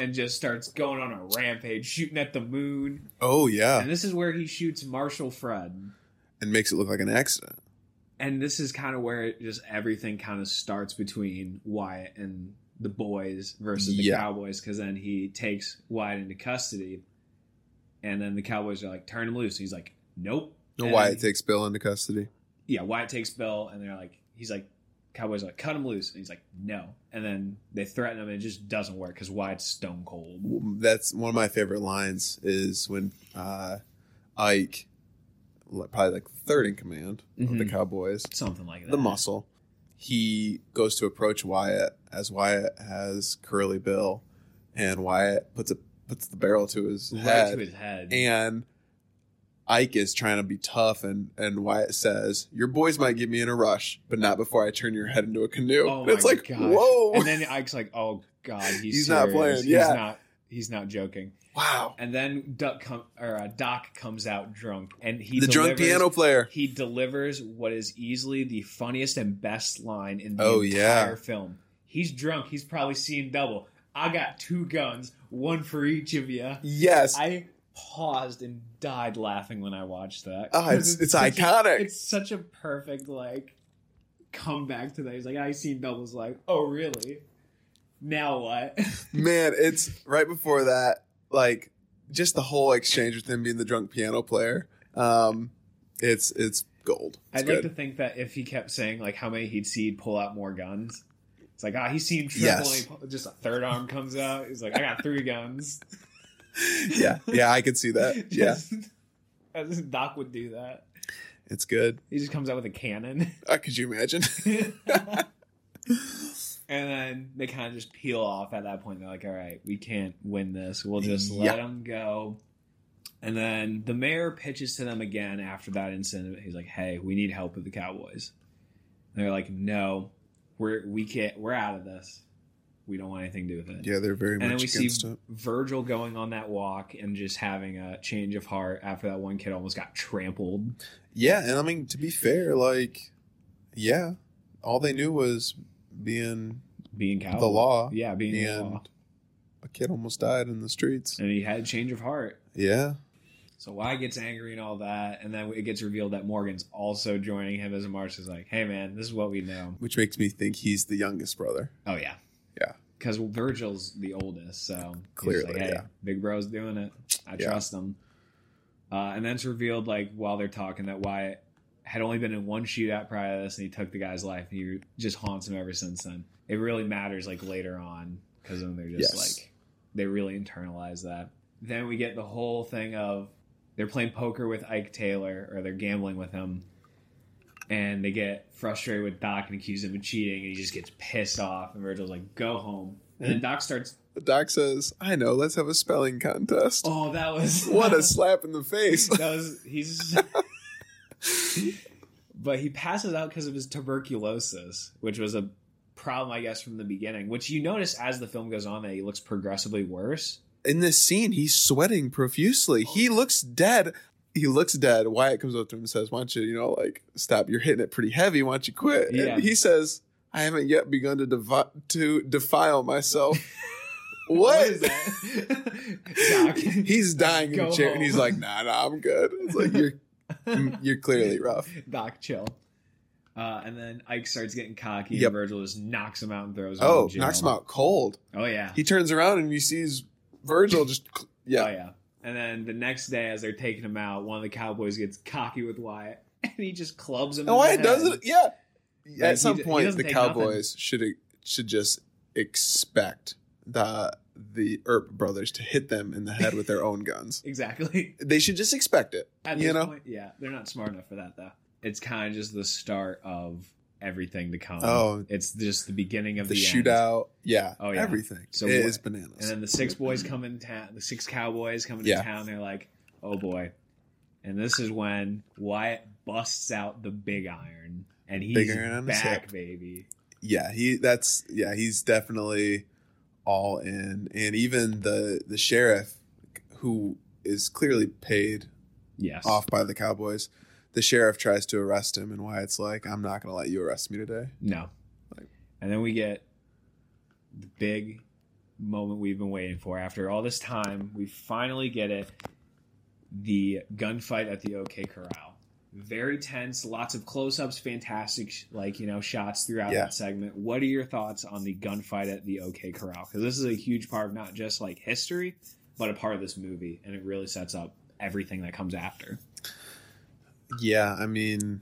Speaker 1: and just starts going on a rampage, shooting at the moon.
Speaker 2: Oh yeah,
Speaker 1: And this is where he shoots Marshall Fred.
Speaker 2: and makes it look like an accident.
Speaker 1: And this is kind of where it just everything kind of starts between Wyatt and the boys versus the
Speaker 2: Yeah.
Speaker 1: Cowboys because then he takes Wyatt into custody, and then the Cowboys are like, "Turn him loose." He's like, "Nope."
Speaker 2: No,
Speaker 1: And
Speaker 2: Wyatt takes Bill into custody.
Speaker 1: yeah, Wyatt takes Bill, and they're like, he's like, Cowboys are like, cut him loose, and he's like, no. And then they threaten him, and it just doesn't work because Wyatt's stone cold.
Speaker 2: that's one of my favorite lines is when uh, Ike, li- probably like third in command of the
Speaker 1: Mhm.
Speaker 2: Cowboys,
Speaker 1: Something like that.
Speaker 2: the muscle, he goes to approach Wyatt as Wyatt has Curly Bill, and Wyatt puts a puts the barrel to his
Speaker 1: Right
Speaker 2: head,
Speaker 1: to his head.
Speaker 2: and Ike is trying to be tough, and and Wyatt says, "Your boys might get me in a rush, but not before I turn your head into a canoe."
Speaker 1: oh
Speaker 2: and it's
Speaker 1: my
Speaker 2: like,
Speaker 1: gosh.
Speaker 2: whoa,
Speaker 1: And then Ike's like, "Oh God, he's
Speaker 2: He's not
Speaker 1: serious.
Speaker 2: playing,
Speaker 1: He's
Speaker 2: yeah.
Speaker 1: not. He's not joking."
Speaker 2: wow.
Speaker 1: And then Duck com- or uh, Doc comes out drunk, and he
Speaker 2: the drunk
Speaker 1: delivers-
Speaker 2: piano player.
Speaker 1: He delivers what is easily the funniest and best line in the
Speaker 2: Oh, yeah.
Speaker 1: entire film. He's drunk. He's probably seeing double. I got two guns, one for each of you.
Speaker 2: Yes.
Speaker 1: I paused and died laughing when I watched that.
Speaker 2: Ah, it's,
Speaker 1: 'Cause
Speaker 2: it's
Speaker 1: such a-
Speaker 2: iconic.
Speaker 1: it's such a perfect like comeback to that. He's like, I seen doubles. Like, oh really? Now what?
Speaker 2: Man, it's right before that, like just the whole exchange with him being the drunk piano player. Um, it's it's gold. It's
Speaker 1: I'd like
Speaker 2: good.
Speaker 1: to think that if he kept saying like how many he'd see, he'd pull out more guns. It's like ah, he's seen triple. And
Speaker 2: Yes.
Speaker 1: he pu- just a third arm comes out. He's like, I got three guns.
Speaker 2: yeah, yeah, I could see that. Yeah,
Speaker 1: yeah, Doc would do that.
Speaker 2: it's good.
Speaker 1: He just comes out with a cannon.
Speaker 2: Uh, could you imagine?
Speaker 1: and then they kind of just peel off at that point. They're like, all right, we can't win this. We'll just let them go. And then the mayor pitches to them again after that incident. He's like, hey, we need help with the Cowboys. And they're like, no, we're, we can't, we're out of this. We don't want anything to do with it.
Speaker 2: Yeah, they're very
Speaker 1: And then
Speaker 2: much
Speaker 1: we see
Speaker 2: against it.
Speaker 1: Virgil going on that walk and just having a change of heart after that one kid almost got trampled.
Speaker 2: Yeah, and I mean to be fair, like, yeah, all they knew was being
Speaker 1: Being cowboy.
Speaker 2: the law.
Speaker 1: Oh, Yeah, being the
Speaker 2: And-
Speaker 1: law.
Speaker 2: A kid almost died in the streets.
Speaker 1: And he had a change of heart.
Speaker 2: Yeah,
Speaker 1: So Wyatt gets angry and all that, and then it gets revealed that Morgan's also joining him as a march. Is like, hey man, this is what we know.
Speaker 2: which makes me think he's the youngest brother.
Speaker 1: Oh yeah,
Speaker 2: Yeah.
Speaker 1: Because Virgil's the oldest, so he's
Speaker 2: Clearly,
Speaker 1: like, hey,
Speaker 2: yeah.
Speaker 1: big bro's doing it. I
Speaker 2: Yeah.
Speaker 1: trust him. Uh, and then it's revealed like while they're talking that Wyatt had only been in one shootout prior to this, and he took the guy's life, and he just haunts him ever since then. It really matters like later on because then they're just
Speaker 2: Yes.
Speaker 1: like they really internalize that. Then we get the whole thing of they're playing poker with Ike Taylor or they're gambling with him. And they get frustrated with Doc and accuse him of cheating, and he just gets pissed off. And Virgil's like, "Go home." And then Doc starts,
Speaker 2: The doc says, "I know. Let's have a spelling contest."
Speaker 1: "Oh, that was
Speaker 2: What a slap in the face!
Speaker 1: that was he's." but he passes out because of his tuberculosis, which was a problem, I guess, from the beginning. Which you notice as the film goes on that he looks progressively worse.
Speaker 2: in this scene, he's sweating profusely. He looks dead. He looks dead. Wyatt comes up to him and says, Why don't you, you know, like, stop? You're hitting it pretty heavy. Why don't you quit?
Speaker 1: Yeah.
Speaker 2: And he says, I haven't yet begun to, devi- to defile myself. what?
Speaker 1: what is that, Doc?
Speaker 2: He's dying in
Speaker 1: Go
Speaker 2: the chair. And he's
Speaker 1: home.
Speaker 2: like, Nah, nah, I'm good. It's like, You're, mm, you're clearly rough.
Speaker 1: Doc, chill. Uh, and then Ike starts getting cocky,
Speaker 2: Yep.
Speaker 1: and Virgil just knocks him out and throws him.
Speaker 2: Oh,
Speaker 1: in jail.
Speaker 2: knocks him out cold.
Speaker 1: Oh yeah,
Speaker 2: He turns around and he sees Virgil just,
Speaker 1: oh
Speaker 2: yeah.
Speaker 1: yeah. And then the next day, as they're taking him out, one of the cowboys gets cocky with Wyatt, and he just clubs him.
Speaker 2: And
Speaker 1: in the
Speaker 2: Wyatt
Speaker 1: head.
Speaker 2: does it. Yeah.
Speaker 1: Like, he
Speaker 2: At some
Speaker 1: d- he
Speaker 2: point,
Speaker 1: doesn't
Speaker 2: the
Speaker 1: take nothing.
Speaker 2: Cowboys should e, should just expect the the Earp brothers to hit them in the head with their own guns.
Speaker 1: Exactly.
Speaker 2: They should just expect it.
Speaker 1: At
Speaker 2: You
Speaker 1: this
Speaker 2: know?
Speaker 1: point, yeah, they're not smart enough for that though. It's kind of just the start of everything to come.
Speaker 2: Oh.
Speaker 1: it's just the beginning of
Speaker 2: The,
Speaker 1: the, end.
Speaker 2: shootout, yeah,
Speaker 1: Oh, yeah.
Speaker 2: everything
Speaker 1: So
Speaker 2: so it
Speaker 1: what-
Speaker 2: is bananas.
Speaker 1: And then the six boys come in town, the six cowboys come into
Speaker 2: Yeah.
Speaker 1: town. They're like, oh boy. And this is when Wyatt busts out the big iron. And he's
Speaker 2: Big iron on his
Speaker 1: back,
Speaker 2: hip.
Speaker 1: baby.
Speaker 2: yeah, he that's yeah, he's definitely all in, and even the the sheriff who is clearly paid
Speaker 1: Yes.
Speaker 2: off by the Cowboys. The sheriff tries to arrest him, and Wyatt's like, "I'm not going to let you arrest me today."
Speaker 1: No.
Speaker 2: Like-
Speaker 1: And then we get the big moment we've been waiting for. After all this time, we finally get it. The gunfight at the OK Corral. Very tense, lots of close ups, fantastic like, you know, shots throughout
Speaker 2: Yeah.
Speaker 1: that segment. What are your thoughts on the gunfight at the OK Corral? Because this is a huge part of not just like history, but a part of this movie, and it really sets up everything that comes after.
Speaker 2: Yeah, I mean,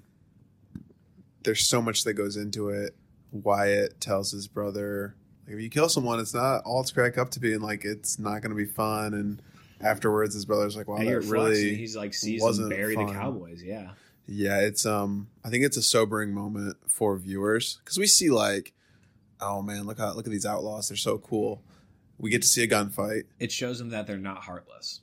Speaker 2: there's so much that goes into it. Wyatt tells his brother, like, if you kill someone, it's not all it's cracked up to be, and like, it's not going to be fun. And afterwards, his brother's like, wow,
Speaker 1: and he
Speaker 2: that
Speaker 1: reflects and
Speaker 2: really,
Speaker 1: he's like sees them
Speaker 2: wasn't
Speaker 1: bury the
Speaker 2: fun.
Speaker 1: cowboys, yeah.
Speaker 2: yeah, it's um, I think it's a sobering moment for viewers because we see like, oh man, look how look at these outlaws. They're so cool. We get to see a gunfight.
Speaker 1: It shows them that they're not heartless.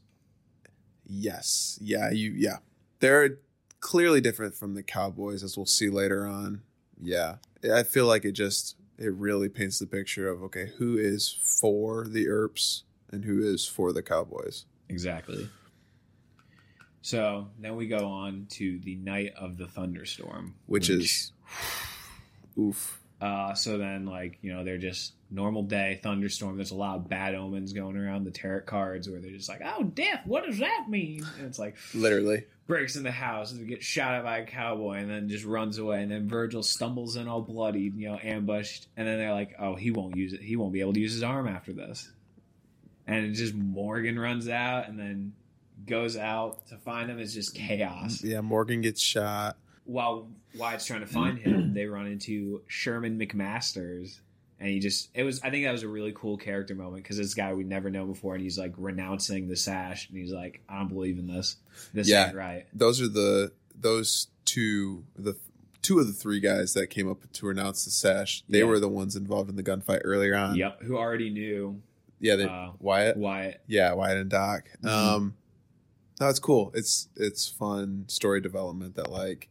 Speaker 2: Yes. Yeah, you yeah. They're clearly different from the Cowboys as we'll see later on. Yeah. I feel like it just it really paints the picture of okay, who is for the Erps and who is for the Cowboys.
Speaker 1: Exactly. So then we go on to the night of the thunderstorm,
Speaker 2: Which is oof.
Speaker 1: Uh, so then, like, you know, they're just normal day thunderstorm. There's a lot of bad omens going around the tarot cards where they're just like, oh, death, what does that mean? And it's like,
Speaker 2: Literally.
Speaker 1: breaks in the house and gets shot at by a cowboy and then just runs away. And then Virgil stumbles in all bloodied, you know, ambushed. And then they're like, oh, he won't use it. He won't be able to use his arm after this. And it's just Morgan runs out and then goes out to find him. It's just chaos.
Speaker 2: Yeah, Morgan gets shot.
Speaker 1: While Wyatt's trying to find him, they run into Sherman McMasters. And he just, it was, I think that was a really cool character moment because this guy we never know before and he's like renouncing the sash and he's like, I don't believe in this. This
Speaker 2: Yeah.
Speaker 1: ain't right.
Speaker 2: those are the those two the two of the three guys that came up to renounce the sash. They
Speaker 1: Yeah.
Speaker 2: were the ones involved in the gunfight earlier on.
Speaker 1: Yep, who already knew
Speaker 2: Yeah, Uh, they,
Speaker 1: Uh,
Speaker 2: Wyatt.
Speaker 1: Wyatt.
Speaker 2: Yeah, Wyatt and Doc.
Speaker 1: Mhm.
Speaker 2: Um, no, it's cool. It's it's fun story development that like,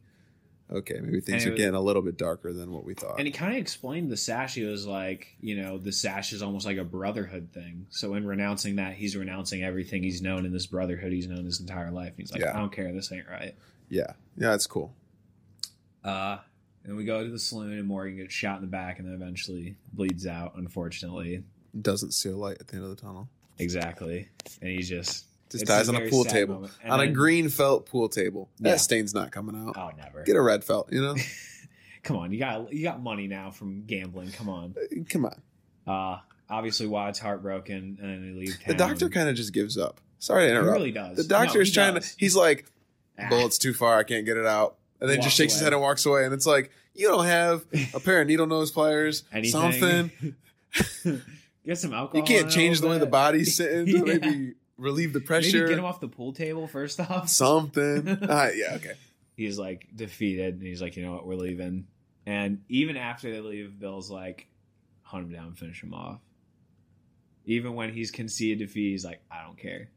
Speaker 2: okay, maybe
Speaker 1: And
Speaker 2: things
Speaker 1: it
Speaker 2: are
Speaker 1: was-
Speaker 2: getting a little bit darker than what we thought.
Speaker 1: And he kind of explained the sash. He was like, you know, the sash is almost like a brotherhood thing. So in renouncing that, he's renouncing everything he's known in this brotherhood he's known his entire life. He's like,
Speaker 2: Yeah.
Speaker 1: I don't care. This ain't right.
Speaker 2: yeah, yeah, it's cool.
Speaker 1: Uh, and we go to the saloon, and Morgan gets shot in the back, and then eventually bleeds out. Unfortunately,
Speaker 2: Doesn't see a light at the end of the tunnel.
Speaker 1: exactly. And he's just
Speaker 2: Just
Speaker 1: it's
Speaker 2: dies on a
Speaker 1: very
Speaker 2: pool
Speaker 1: sad
Speaker 2: table,
Speaker 1: moment. And
Speaker 2: on a
Speaker 1: then-
Speaker 2: green felt pool table.
Speaker 1: Yeah.
Speaker 2: That stain's not coming out.
Speaker 1: Oh, never.
Speaker 2: Get a red felt, you know.
Speaker 1: Come on, you got you got money now from gambling. Come on.
Speaker 2: Come on.
Speaker 1: Uh, obviously, Wyatt's heartbroken, and then they leave. Town.
Speaker 2: The doctor kind of just gives up. Sorry to
Speaker 1: He
Speaker 2: interrupt.
Speaker 1: really does.
Speaker 2: the doctor
Speaker 1: No,
Speaker 2: is
Speaker 1: he
Speaker 2: trying
Speaker 1: does.
Speaker 2: to. He's like,
Speaker 1: Ah,
Speaker 2: bullets too far. I can't get it out. And then
Speaker 1: Walks
Speaker 2: just shakes his
Speaker 1: away.
Speaker 2: head and walks away. And it's like, you don't have a pair of needle nose pliers,
Speaker 1: Anything.
Speaker 2: something.
Speaker 1: Get some alcohol.
Speaker 2: You can't
Speaker 1: in
Speaker 2: change
Speaker 1: a
Speaker 2: the way
Speaker 1: little bit.
Speaker 2: the body's sitting to
Speaker 1: Yeah.
Speaker 2: maybe relieve the
Speaker 1: Maybe
Speaker 2: pressure.
Speaker 1: get him off the pool table first off.
Speaker 2: something. Uh, yeah, okay.
Speaker 1: he's like defeated, and he's like, you know what, we're leaving. And even after they leave, Bill's like, hunt him down, finish him off. Even when he's conceded defeat, he's like, I don't care.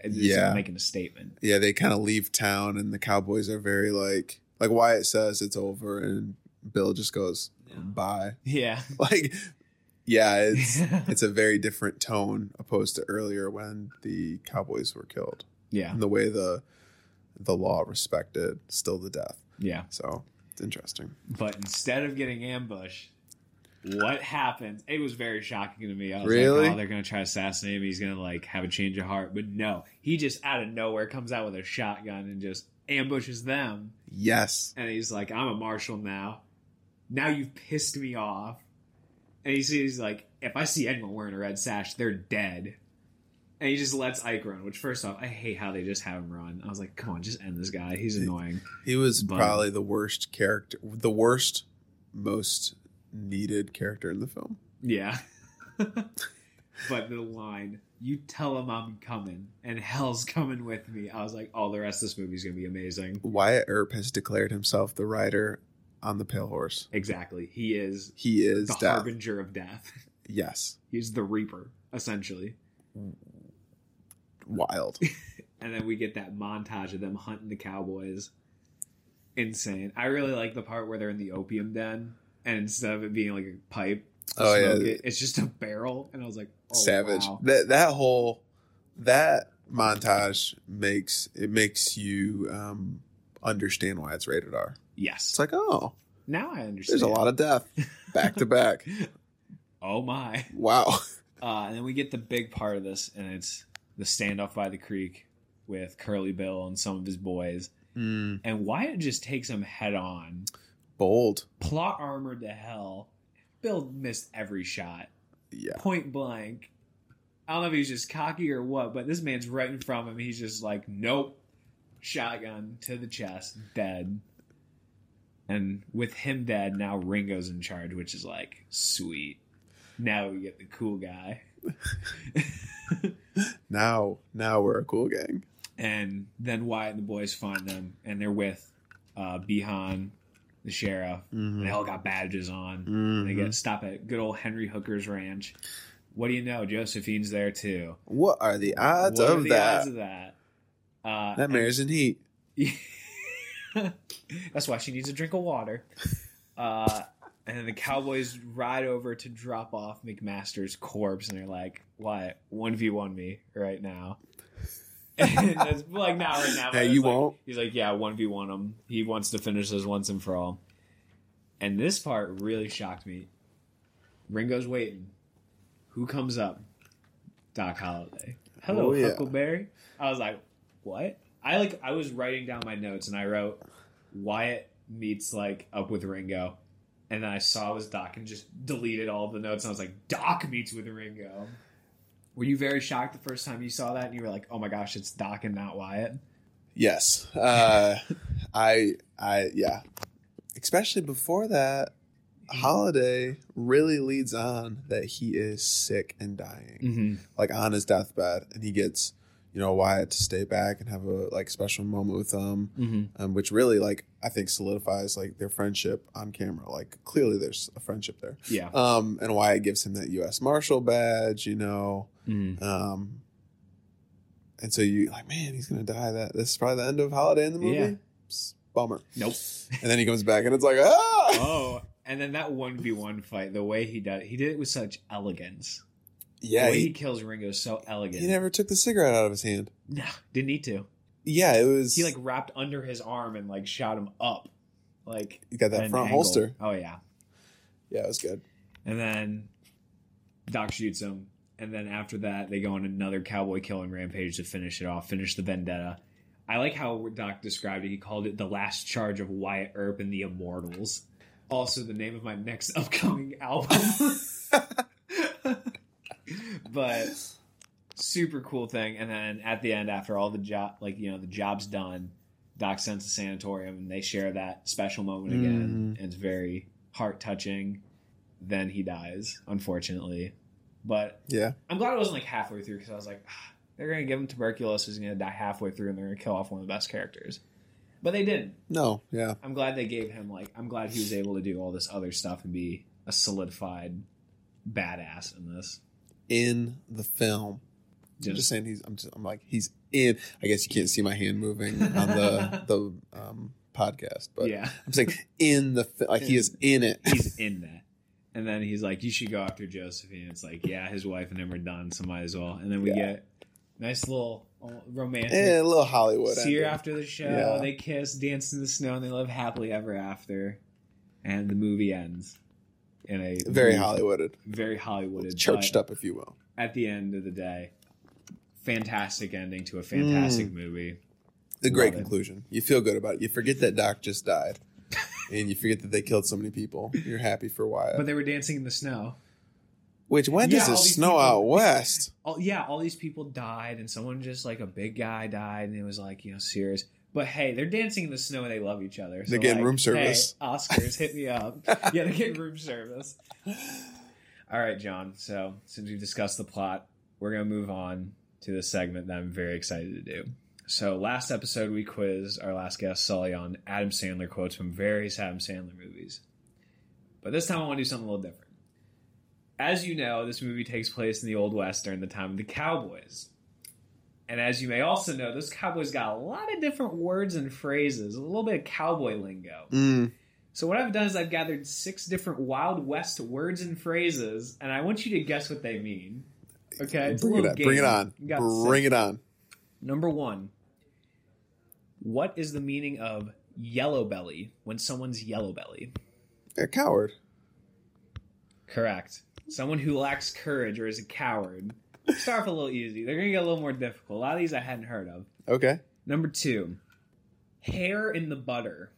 Speaker 1: It's just
Speaker 2: Yeah.
Speaker 1: making a statement.
Speaker 2: Yeah, they kind of leave town, and the Cowboys are very like, like Wyatt says it's over, and Bill just goes,
Speaker 1: Yeah.
Speaker 2: bye.
Speaker 1: Yeah,
Speaker 2: Like, yeah, it's it's a very different tone opposed to earlier when the Cowboys were killed.
Speaker 1: yeah,
Speaker 2: and the way the the law respected still the death.
Speaker 1: yeah.
Speaker 2: So it's interesting.
Speaker 1: But instead of getting ambushed, what happens? It was very shocking to me. I was
Speaker 2: Really?
Speaker 1: like, oh, they're going to try to assassinate him. He's going to like have a change of heart. But no, he just out of nowhere comes out with a shotgun and just ambushes them.
Speaker 2: Yes.
Speaker 1: And he's like, I'm a marshal now. Now you've pissed me off. And he sees like, if I see anyone wearing a red sash, they're dead. And he just lets Ike run, which first off, I hate how they just have him run. I was like, come on, just end this guy. He's annoying.
Speaker 2: He was
Speaker 1: But-
Speaker 2: probably the worst character the worst most needed character in the film.
Speaker 1: Yeah. but the line, you tell him I'm coming and hell's coming with me. I was like, oh, the rest of this movie's going to be amazing.
Speaker 2: Wyatt Earp has declared himself the rider on the pale horse.
Speaker 1: Exactly. He is
Speaker 2: He is
Speaker 1: the
Speaker 2: death.
Speaker 1: harbinger of death.
Speaker 2: Yes.
Speaker 1: He's the reaper, essentially.
Speaker 2: Wild.
Speaker 1: And then we get that montage of them hunting the cowboys. Insane. I really like the part where they're in the opium den and instead of it being like a pipe, to
Speaker 2: oh yeah.
Speaker 1: smoke it, it's just a barrel. And I was like, oh,
Speaker 2: Savage.
Speaker 1: wow.
Speaker 2: That that whole that montage makes it makes you um understand why it's rated R. It's
Speaker 1: Yes.
Speaker 2: like, oh,
Speaker 1: Now I understand.
Speaker 2: there's a lot of death back to back.
Speaker 1: Oh my.
Speaker 2: Wow.
Speaker 1: Uh, and then we get the big part of this, and it's the standoff by the creek with Curly Bill and some of his boys. And Wyatt just takes him head on,
Speaker 2: Bold.
Speaker 1: plot armored to hell. Bill missed every shot,
Speaker 2: Yeah.
Speaker 1: point blank. I don't know if he's just cocky or what, but this man's right in front of him. He's just like, nope. Shotgun to the chest, dead. And with him dead, now Ringo's in charge, which is like, sweet. Now we get the cool guy.
Speaker 2: Now, now we're a cool gang.
Speaker 1: and then Wyatt and the boys find them, and they're with uh, Bihan, the sheriff. And they all got badges on. And
Speaker 2: Mm-hmm.
Speaker 1: they get stop at good old Henry Hooker's ranch. What do you know? Josephine's there too.
Speaker 2: What are the odds
Speaker 1: What are
Speaker 2: of
Speaker 1: the
Speaker 2: that?
Speaker 1: odds of that? Uh,
Speaker 2: that mare's in heat.
Speaker 1: That's why she needs a drink of water. Uh, and then the Cowboys ride over to drop off McMaster's corpse, and they're like, "What? One v one me right now?" and it's like, "Not right now." but
Speaker 2: Hey,
Speaker 1: it's
Speaker 2: you
Speaker 1: like-
Speaker 2: won't.
Speaker 1: He's like, "Yeah, one v one him. He wants to finish this once and for all." And this part really shocked me. Ringo's waiting. Who comes up? Doc Holliday. Hello,
Speaker 2: Oh, yeah.
Speaker 1: Huckleberry. I was like, what? I like I was writing down my notes and I wrote Wyatt meets like up with Ringo. And then I saw it was Doc and just deleted all the notes and I was like, Doc meets with Ringo. Were you very shocked the first time you saw that and you were like, Oh my gosh, it's Doc and not Wyatt?
Speaker 2: Yes. Uh, I I yeah. Especially before that,
Speaker 1: Mm-hmm.
Speaker 2: Holiday really leads on that he is sick and dying.
Speaker 1: Mm-hmm.
Speaker 2: Like on his deathbed and he gets, you know, Wyatt to stay back and have a like special moment with them.
Speaker 1: Mm-hmm.
Speaker 2: Um, which really like I think solidifies like their friendship on camera. Like clearly there's a friendship there.
Speaker 1: Yeah.
Speaker 2: Um, and Wyatt gives him that US Marshal badge, you know.
Speaker 1: Mm-hmm.
Speaker 2: Um, and so you like, man, he's gonna die. That this is probably the end of Holiday in the movie.
Speaker 1: Yeah.
Speaker 2: Psst, Bummer.
Speaker 1: Nope.
Speaker 2: And then he comes back, and it's like, ah,
Speaker 1: oh, and then that one v one fight, the way he did, he did it with such elegance. the
Speaker 2: yeah.
Speaker 1: way he,
Speaker 2: He,
Speaker 1: kills Ringo is so elegant.
Speaker 2: he never took the cigarette out of his hand.
Speaker 1: no, didn't need to.
Speaker 2: Yeah, it was.
Speaker 1: He like wrapped under his arm and like shot him up, like
Speaker 2: you got
Speaker 1: at
Speaker 2: that
Speaker 1: an
Speaker 2: front
Speaker 1: angle.
Speaker 2: holster.
Speaker 1: Oh yeah,
Speaker 2: Yeah, it was good.
Speaker 1: and then Doc shoots him, and then after that they go on another cowboy killing rampage to finish it off, finish the vendetta. I like how Doc described it. He called it the last charge of Wyatt Earp and the Immortals. Also, the name of my next upcoming album. but super cool thing. And then at the end, after all the job, like you know, the job's done. Doc sends to sanatorium, and they share that special moment again. And it's very heart touching. Then he dies, unfortunately. But
Speaker 2: Yeah,
Speaker 1: I'm glad it wasn't like halfway through because I was like, "Ah, they're gonna give him tuberculosis. He's gonna die halfway through, and they're gonna kill off one of the best characters. But they didn't.
Speaker 2: no, yeah,
Speaker 1: I'm glad they gave him like I'm glad he was able to do all this other stuff and be a solidified badass in this.
Speaker 2: in the film. I'm
Speaker 1: Just-
Speaker 2: just saying, he's. I'm, just, I'm like, he's in. I guess you can't see my hand moving on the the um, podcast, but
Speaker 1: yeah,
Speaker 2: I'm saying in the fi- like he is in it.
Speaker 1: he's in that. And then he's like, "You should go after Josephine." It's like, yeah, his wife and him are done, so might as well. And then we get nice little uh, romantic.
Speaker 2: Eh, a little Hollywood.
Speaker 1: See her
Speaker 2: ending.
Speaker 1: after the show.
Speaker 2: Yeah.
Speaker 1: They kiss, dance in the snow, and they live happily ever after. And the movie ends in a
Speaker 2: Very
Speaker 1: very,
Speaker 2: Hollywooded,
Speaker 1: very Hollywooded,
Speaker 2: churched
Speaker 1: but
Speaker 2: up, if you will.
Speaker 1: At the end of the day, fantastic ending to a fantastic
Speaker 2: Mm.
Speaker 1: movie.
Speaker 2: The great
Speaker 1: Love it.
Speaker 2: conclusion. You feel good about it. You forget that Doc just died, and you forget that they killed so many people. You're happy for Wyatt.
Speaker 1: But they were dancing in the snow.
Speaker 2: Which when does
Speaker 1: Yeah,
Speaker 2: it
Speaker 1: all these
Speaker 2: snow
Speaker 1: people-
Speaker 2: out west?
Speaker 1: All, yeah, all these people died, and someone just like a big guy died, and it was like you know serious. But hey, they're dancing in the snow and they love each other.
Speaker 2: They're getting
Speaker 1: like,
Speaker 2: room service.
Speaker 1: Hey, Oscars, hit me up. yeah, they're getting room service. All right, John. So since we've discussed the plot, we're gonna move on to the segment that I'm very excited to do. So last episode we quizzed our last guest Sully on Adam Sandler quotes from various Adam Sandler movies. But this time I want to do something a little different. As you know, this movie takes place in the Old West during the time of the Cowboys. And as you may also know, those Cowboys got a lot of different words and phrases, a little bit of cowboy lingo.
Speaker 2: Mm,
Speaker 1: So what I've done is I've gathered six different Wild West words and phrases, and I want you to guess what they mean. Okay, it's a
Speaker 2: bring it
Speaker 1: little
Speaker 2: on. Bring it
Speaker 1: game.
Speaker 2: on.
Speaker 1: You got
Speaker 2: Bring
Speaker 1: six.
Speaker 2: it on.
Speaker 1: Number one. What is the meaning of yellow belly when someone's yellow belly?
Speaker 2: A coward.
Speaker 1: Correct. Someone who lacks courage or is a coward. Start off a little easy. They're gonna get a little more difficult. A lot of these I hadn't heard of.
Speaker 2: Okay.
Speaker 1: Number two. Hair in the butter.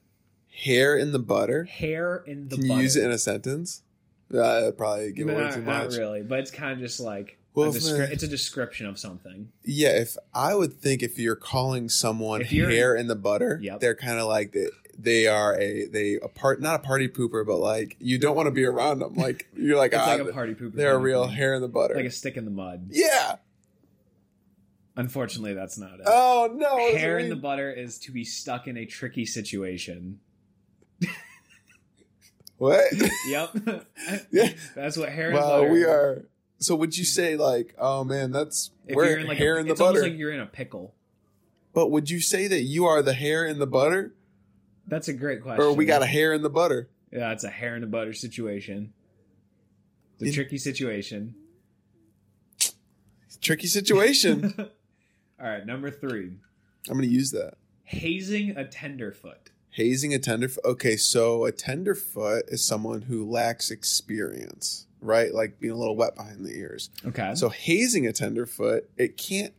Speaker 2: Hair in the butter.
Speaker 1: Hair in the
Speaker 2: Can
Speaker 1: butter.
Speaker 2: you use it in a sentence? Uh, that'd probably give away
Speaker 1: not,
Speaker 2: too
Speaker 1: not
Speaker 2: much.
Speaker 1: really, but it's kind of just like
Speaker 2: Well,
Speaker 1: a
Speaker 2: if,
Speaker 1: descri-
Speaker 2: uh,
Speaker 1: it's a description of something.
Speaker 2: Yeah, if I would think if you're calling someone
Speaker 1: If you're-
Speaker 2: hair in the butter,
Speaker 1: Yep.
Speaker 2: they're kind of like they, they are a they a part not a party pooper, but like you don't want to be around them. Like you're like,
Speaker 1: It's
Speaker 2: ah,
Speaker 1: like a party pooper.
Speaker 2: they're a
Speaker 1: kind of
Speaker 2: real
Speaker 1: thing.
Speaker 2: hair in the butter.
Speaker 1: like a stick in the mud.
Speaker 2: yeah.
Speaker 1: Unfortunately, that's not it.
Speaker 2: Oh no. what does it
Speaker 1: hair in the
Speaker 2: mean?
Speaker 1: butter is to be stuck in a tricky situation.
Speaker 2: What?
Speaker 1: yep.
Speaker 2: yeah.
Speaker 1: That's what hair and
Speaker 2: Wow,
Speaker 1: butter.
Speaker 2: we are. So would you say like, oh man, that's
Speaker 1: If
Speaker 2: we're
Speaker 1: you're in like
Speaker 2: hair
Speaker 1: a,
Speaker 2: in the
Speaker 1: it's almost
Speaker 2: butter?
Speaker 1: like you're in a pickle.
Speaker 2: but would you say that you are the hair in the butter,
Speaker 1: That's a great question.
Speaker 2: or we got a hair in the butter?
Speaker 1: Yeah, it's a hair in the butter situation. The
Speaker 2: It-
Speaker 1: tricky situation.
Speaker 2: Tricky situation.
Speaker 1: All right, number three,
Speaker 2: I'm gonna use that.
Speaker 1: hazing a tenderfoot.
Speaker 2: Hazing a tenderfoot. Okay, so a tenderfoot is someone who lacks experience, right? Like being a little wet behind the ears.
Speaker 1: Okay.
Speaker 2: So hazing a tenderfoot, it can't.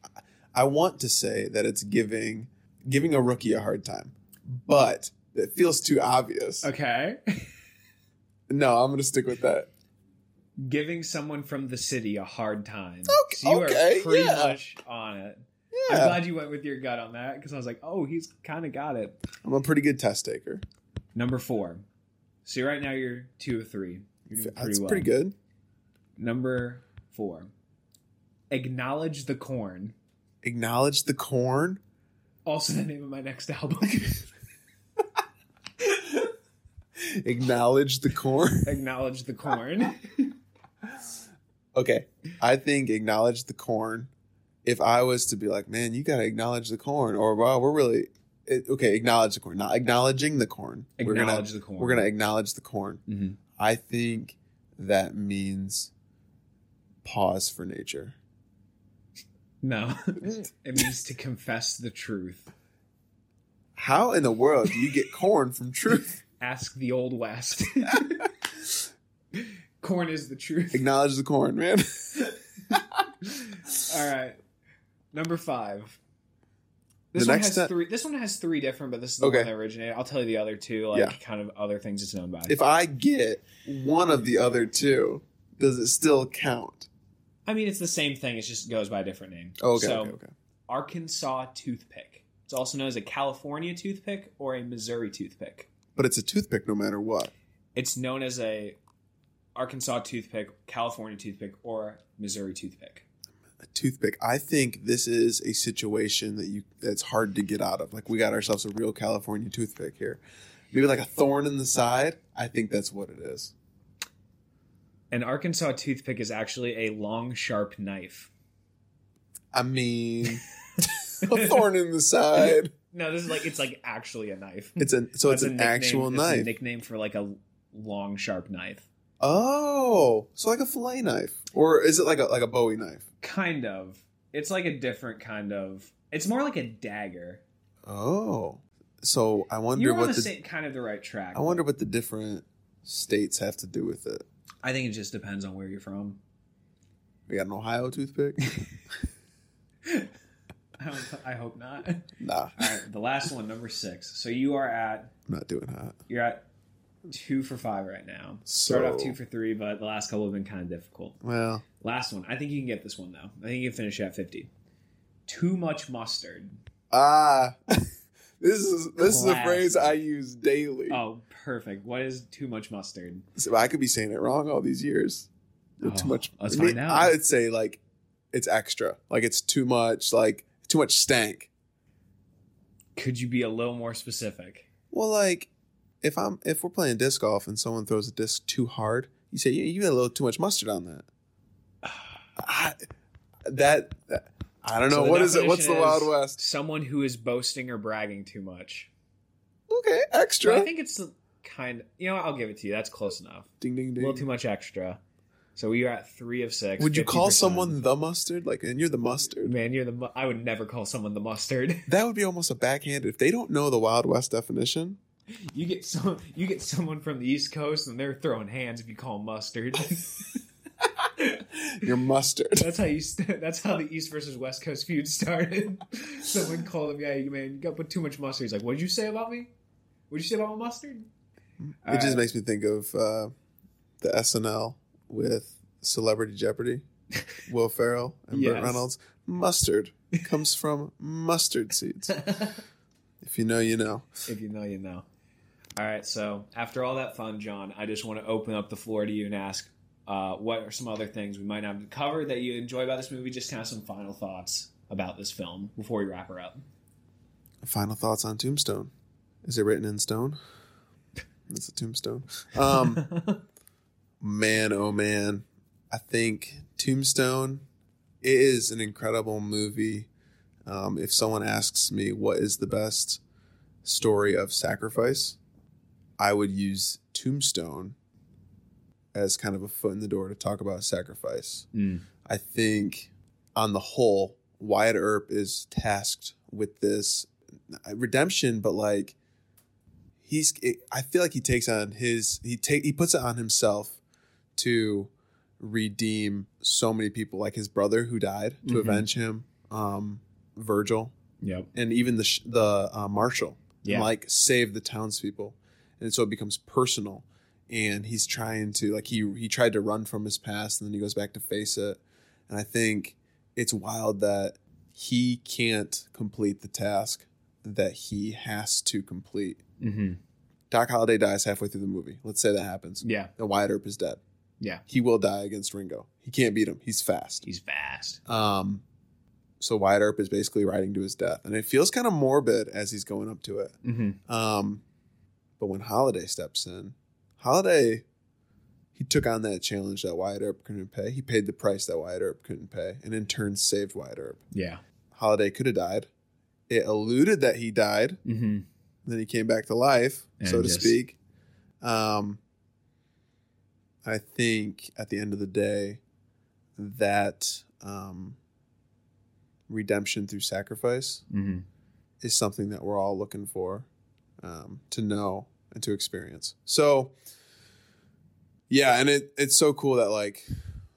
Speaker 2: I want to say that it's giving giving a rookie a hard time, but it feels too obvious.
Speaker 1: okay.
Speaker 2: No, I'm gonna stick with that.
Speaker 1: Giving someone from the city a hard time.
Speaker 2: Okay,
Speaker 1: So you
Speaker 2: okay,
Speaker 1: are pretty
Speaker 2: yeah.
Speaker 1: much on it.
Speaker 2: Yeah,
Speaker 1: I'm
Speaker 2: I'm,
Speaker 1: glad you went with your gut on that because I was like, oh, he's kind of got it.
Speaker 2: a pretty good test taker.
Speaker 1: Number four. So right now you're two of three. You're doing
Speaker 2: That's
Speaker 1: well.
Speaker 2: pretty good.
Speaker 1: Number four. Acknowledge the corn.
Speaker 2: Acknowledge the corn.
Speaker 1: Also the name of my next album.
Speaker 2: Acknowledge the corn.
Speaker 1: Acknowledge the corn.
Speaker 2: Okay, I think acknowledge the corn. If I was to be like, man, you gotta acknowledge the corn, or wow, we're really it, okay. Acknowledge the corn, not acknowledging the corn. we're gonna
Speaker 1: Acknowledge the corn.
Speaker 2: we're gonna acknowledge the corn.
Speaker 1: Mm-hmm.
Speaker 2: I think that means pause for nature.
Speaker 1: No. it means to confess the truth.
Speaker 2: How in the world do you get corn from truth?
Speaker 1: Ask the old West. corn is the truth.
Speaker 2: Acknowledge the corn, man.
Speaker 1: All right. Number five. This
Speaker 2: The
Speaker 1: one
Speaker 2: next
Speaker 1: has
Speaker 2: step-
Speaker 1: three. This one has three different, but this is the
Speaker 2: Okay.
Speaker 1: one that originated. I'll tell you the other two, like
Speaker 2: Yeah.
Speaker 1: kind of other things it's known by.
Speaker 2: If I get one of the other two, does it still count?
Speaker 1: I mean, it's the same thing. It just goes by a different name.
Speaker 2: Oh, okay,
Speaker 1: So,
Speaker 2: okay, okay.
Speaker 1: Arkansas toothpick. It's also known as a California toothpick or a Missouri toothpick.
Speaker 2: But it's a toothpick no matter what.
Speaker 1: It's known as a Arkansas toothpick, California toothpick, or Missouri toothpick.
Speaker 2: A toothpick. I think this is a situation that you that's hard to get out of. Like we got ourselves a real California toothpick here. Maybe like a thorn in the side. I think that's what it is.
Speaker 1: An Arkansas toothpick is actually a long, sharp knife.
Speaker 2: I mean, a thorn in the side.
Speaker 1: No, this is like it's like actually a knife.
Speaker 2: It's an so
Speaker 1: That's
Speaker 2: it's
Speaker 1: a
Speaker 2: an
Speaker 1: nickname-
Speaker 2: actual
Speaker 1: that's a
Speaker 2: knife.
Speaker 1: nickname for like a long, sharp knife.
Speaker 2: oh, so like a fillet knife, or is it like a like a Bowie knife?
Speaker 1: Kind of. It's like a different kind of. It's more like a dagger.
Speaker 2: Oh, so I wonder
Speaker 1: You're on
Speaker 2: what
Speaker 1: the,
Speaker 2: the,
Speaker 1: same kind of the right track.
Speaker 2: I wonder what the different states have to do with it.
Speaker 1: I think it just depends on where you're from.
Speaker 2: We got an Ohio toothpick.
Speaker 1: I, don't, I hope not. All
Speaker 2: nah, I'm
Speaker 1: right, the last one, number six. So you are at
Speaker 2: not doing that.
Speaker 1: you're at two for five right now. Start off
Speaker 2: So-
Speaker 1: two for three, but the last couple have been kind of difficult.
Speaker 2: Well,
Speaker 1: Last one. I think you can get this one though. I think you can finish at fifty. Too much mustard.
Speaker 2: ah, this is this is a
Speaker 1: Classic.
Speaker 2: phrase I use daily.
Speaker 1: Oh, perfect. What is too much mustard?
Speaker 2: So I could be saying it wrong all these years. Or
Speaker 1: Oh,
Speaker 2: too much.
Speaker 1: let's
Speaker 2: I mean,
Speaker 1: find out.
Speaker 2: I would say like it's extra. Like it's too much. Like too much stank.
Speaker 1: Could you be a little more specific?
Speaker 2: Well, like if I'm if we're playing disc golf and someone throws a disc too hard, you say you, you got a little too much mustard on that. I, that, that- I don't
Speaker 1: So
Speaker 2: know
Speaker 1: the
Speaker 2: what is it. What's the
Speaker 1: definition
Speaker 2: Wild
Speaker 1: is
Speaker 2: West?
Speaker 1: Someone who is boasting or bragging too much.
Speaker 2: Okay,
Speaker 1: But I
Speaker 2: extra.
Speaker 1: think it's the kind. you know, what? I'll give it to you. That's close enough.
Speaker 2: Ding ding
Speaker 1: A little too
Speaker 2: ding.
Speaker 1: much extra. So we are at three of six.
Speaker 2: Would you call
Speaker 1: 50%.
Speaker 2: someone the mustard? Like, and you're the mustard.
Speaker 1: Man, you're the. mu- I would never call someone the mustard.
Speaker 2: That would be almost a backhand if they don't know the Wild West definition.
Speaker 1: You get some. You get someone from the East Coast, and they're throwing hands if you call 'em mustard.
Speaker 2: You're mustard.
Speaker 1: that's how you. St- that's how the East versus West Coast feud started. someone called him, "Yeah, you- man, you got put too much mustard." He's like, "What did you say about me? What did you say about my mustard?"
Speaker 2: It just makes me think of uh, the SNL with Celebrity Jeopardy, Will Ferrell and
Speaker 1: Yes.
Speaker 2: Burt Reynolds. Mustard comes from mustard seeds. If you know, you know.
Speaker 1: if you know, you know. All right, so after all that fun, John, I just want to open up the floor to you and ask uh, what are some other things we might not cover that you enjoy about this movie? Just kind of some final thoughts about this film before we wrap her up.
Speaker 2: Final thoughts on Tombstone. Is it written in stone? That's a tombstone. Um, man, oh man, I think Tombstone is an incredible movie. Um, if someone asks me what is the best story of sacrifice, I would use Tombstone as kind of a foot in the door to talk about sacrifice.
Speaker 1: Mm.
Speaker 2: I think, on the whole, Wyatt Earp is tasked with this uh, redemption, but like he's, it, I feel like he takes on his he take he puts it on himself to redeem so many people, like his brother who died to
Speaker 1: Mhm.
Speaker 2: avenge him, um, Virgil,
Speaker 1: Yep.
Speaker 2: and even the sh- the uh, marshal,
Speaker 1: Yeah.
Speaker 2: and like save the townspeople, and so it becomes personal. And he's trying to like he he tried to run from his past, and then he goes back to face it. And I think it's wild that he can't complete the task that he has to complete.
Speaker 1: hmm
Speaker 2: Doc Holliday dies halfway through the movie. Let's say that happens.
Speaker 1: Yeah.
Speaker 2: And Wyatt Earp is dead.
Speaker 1: Yeah.
Speaker 2: He will die against Ringo. He can't beat him. He's fast.
Speaker 1: He's fast.
Speaker 2: Um, so Wyatt Earp is basically riding to his death, and it feels kind of morbid as he's going up to it.
Speaker 1: hmm
Speaker 2: Um, but when Holiday steps in, Holiday, he took on that challenge that Wyatt Earp couldn't pay. He paid the price that Wyatt Earp couldn't pay, and in turn saved Wyatt Earp.
Speaker 1: Yeah.
Speaker 2: Holiday could have died. It alluded that he died,
Speaker 1: hmm
Speaker 2: then he came back to life, so
Speaker 1: And
Speaker 2: to
Speaker 1: just-
Speaker 2: speak. Um, I think at the end of the day, that um, redemption through sacrifice
Speaker 1: hmm
Speaker 2: is something that we're all looking for um, to know and to experience. So, yeah, and it it's so cool that like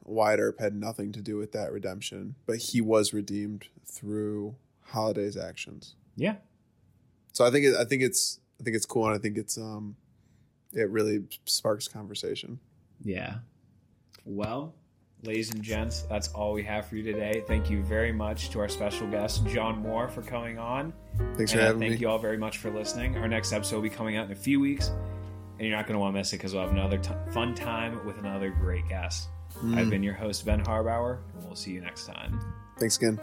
Speaker 2: Wyatt Earp had nothing to do with that redemption, but he was redeemed through Holiday's actions.
Speaker 1: Yeah.
Speaker 2: So I think it, I think it's I think it's cool, and I think it's um, it really sparks conversation.
Speaker 1: Yeah. Well, ladies and gents, that's all we have for you today. Thank you very much to our special guest, John Moore, for coming on.
Speaker 2: Thanks
Speaker 1: and
Speaker 2: for
Speaker 1: I
Speaker 2: having
Speaker 1: thank
Speaker 2: me.
Speaker 1: you all very much for listening. Our next episode will be coming out in a few weeks, and you're not going to want to miss it because we'll have another t- fun time with
Speaker 2: Mm.
Speaker 1: another great guest. I've been your host, Ben Harbauer, and we'll see you next time.
Speaker 2: Thanks again.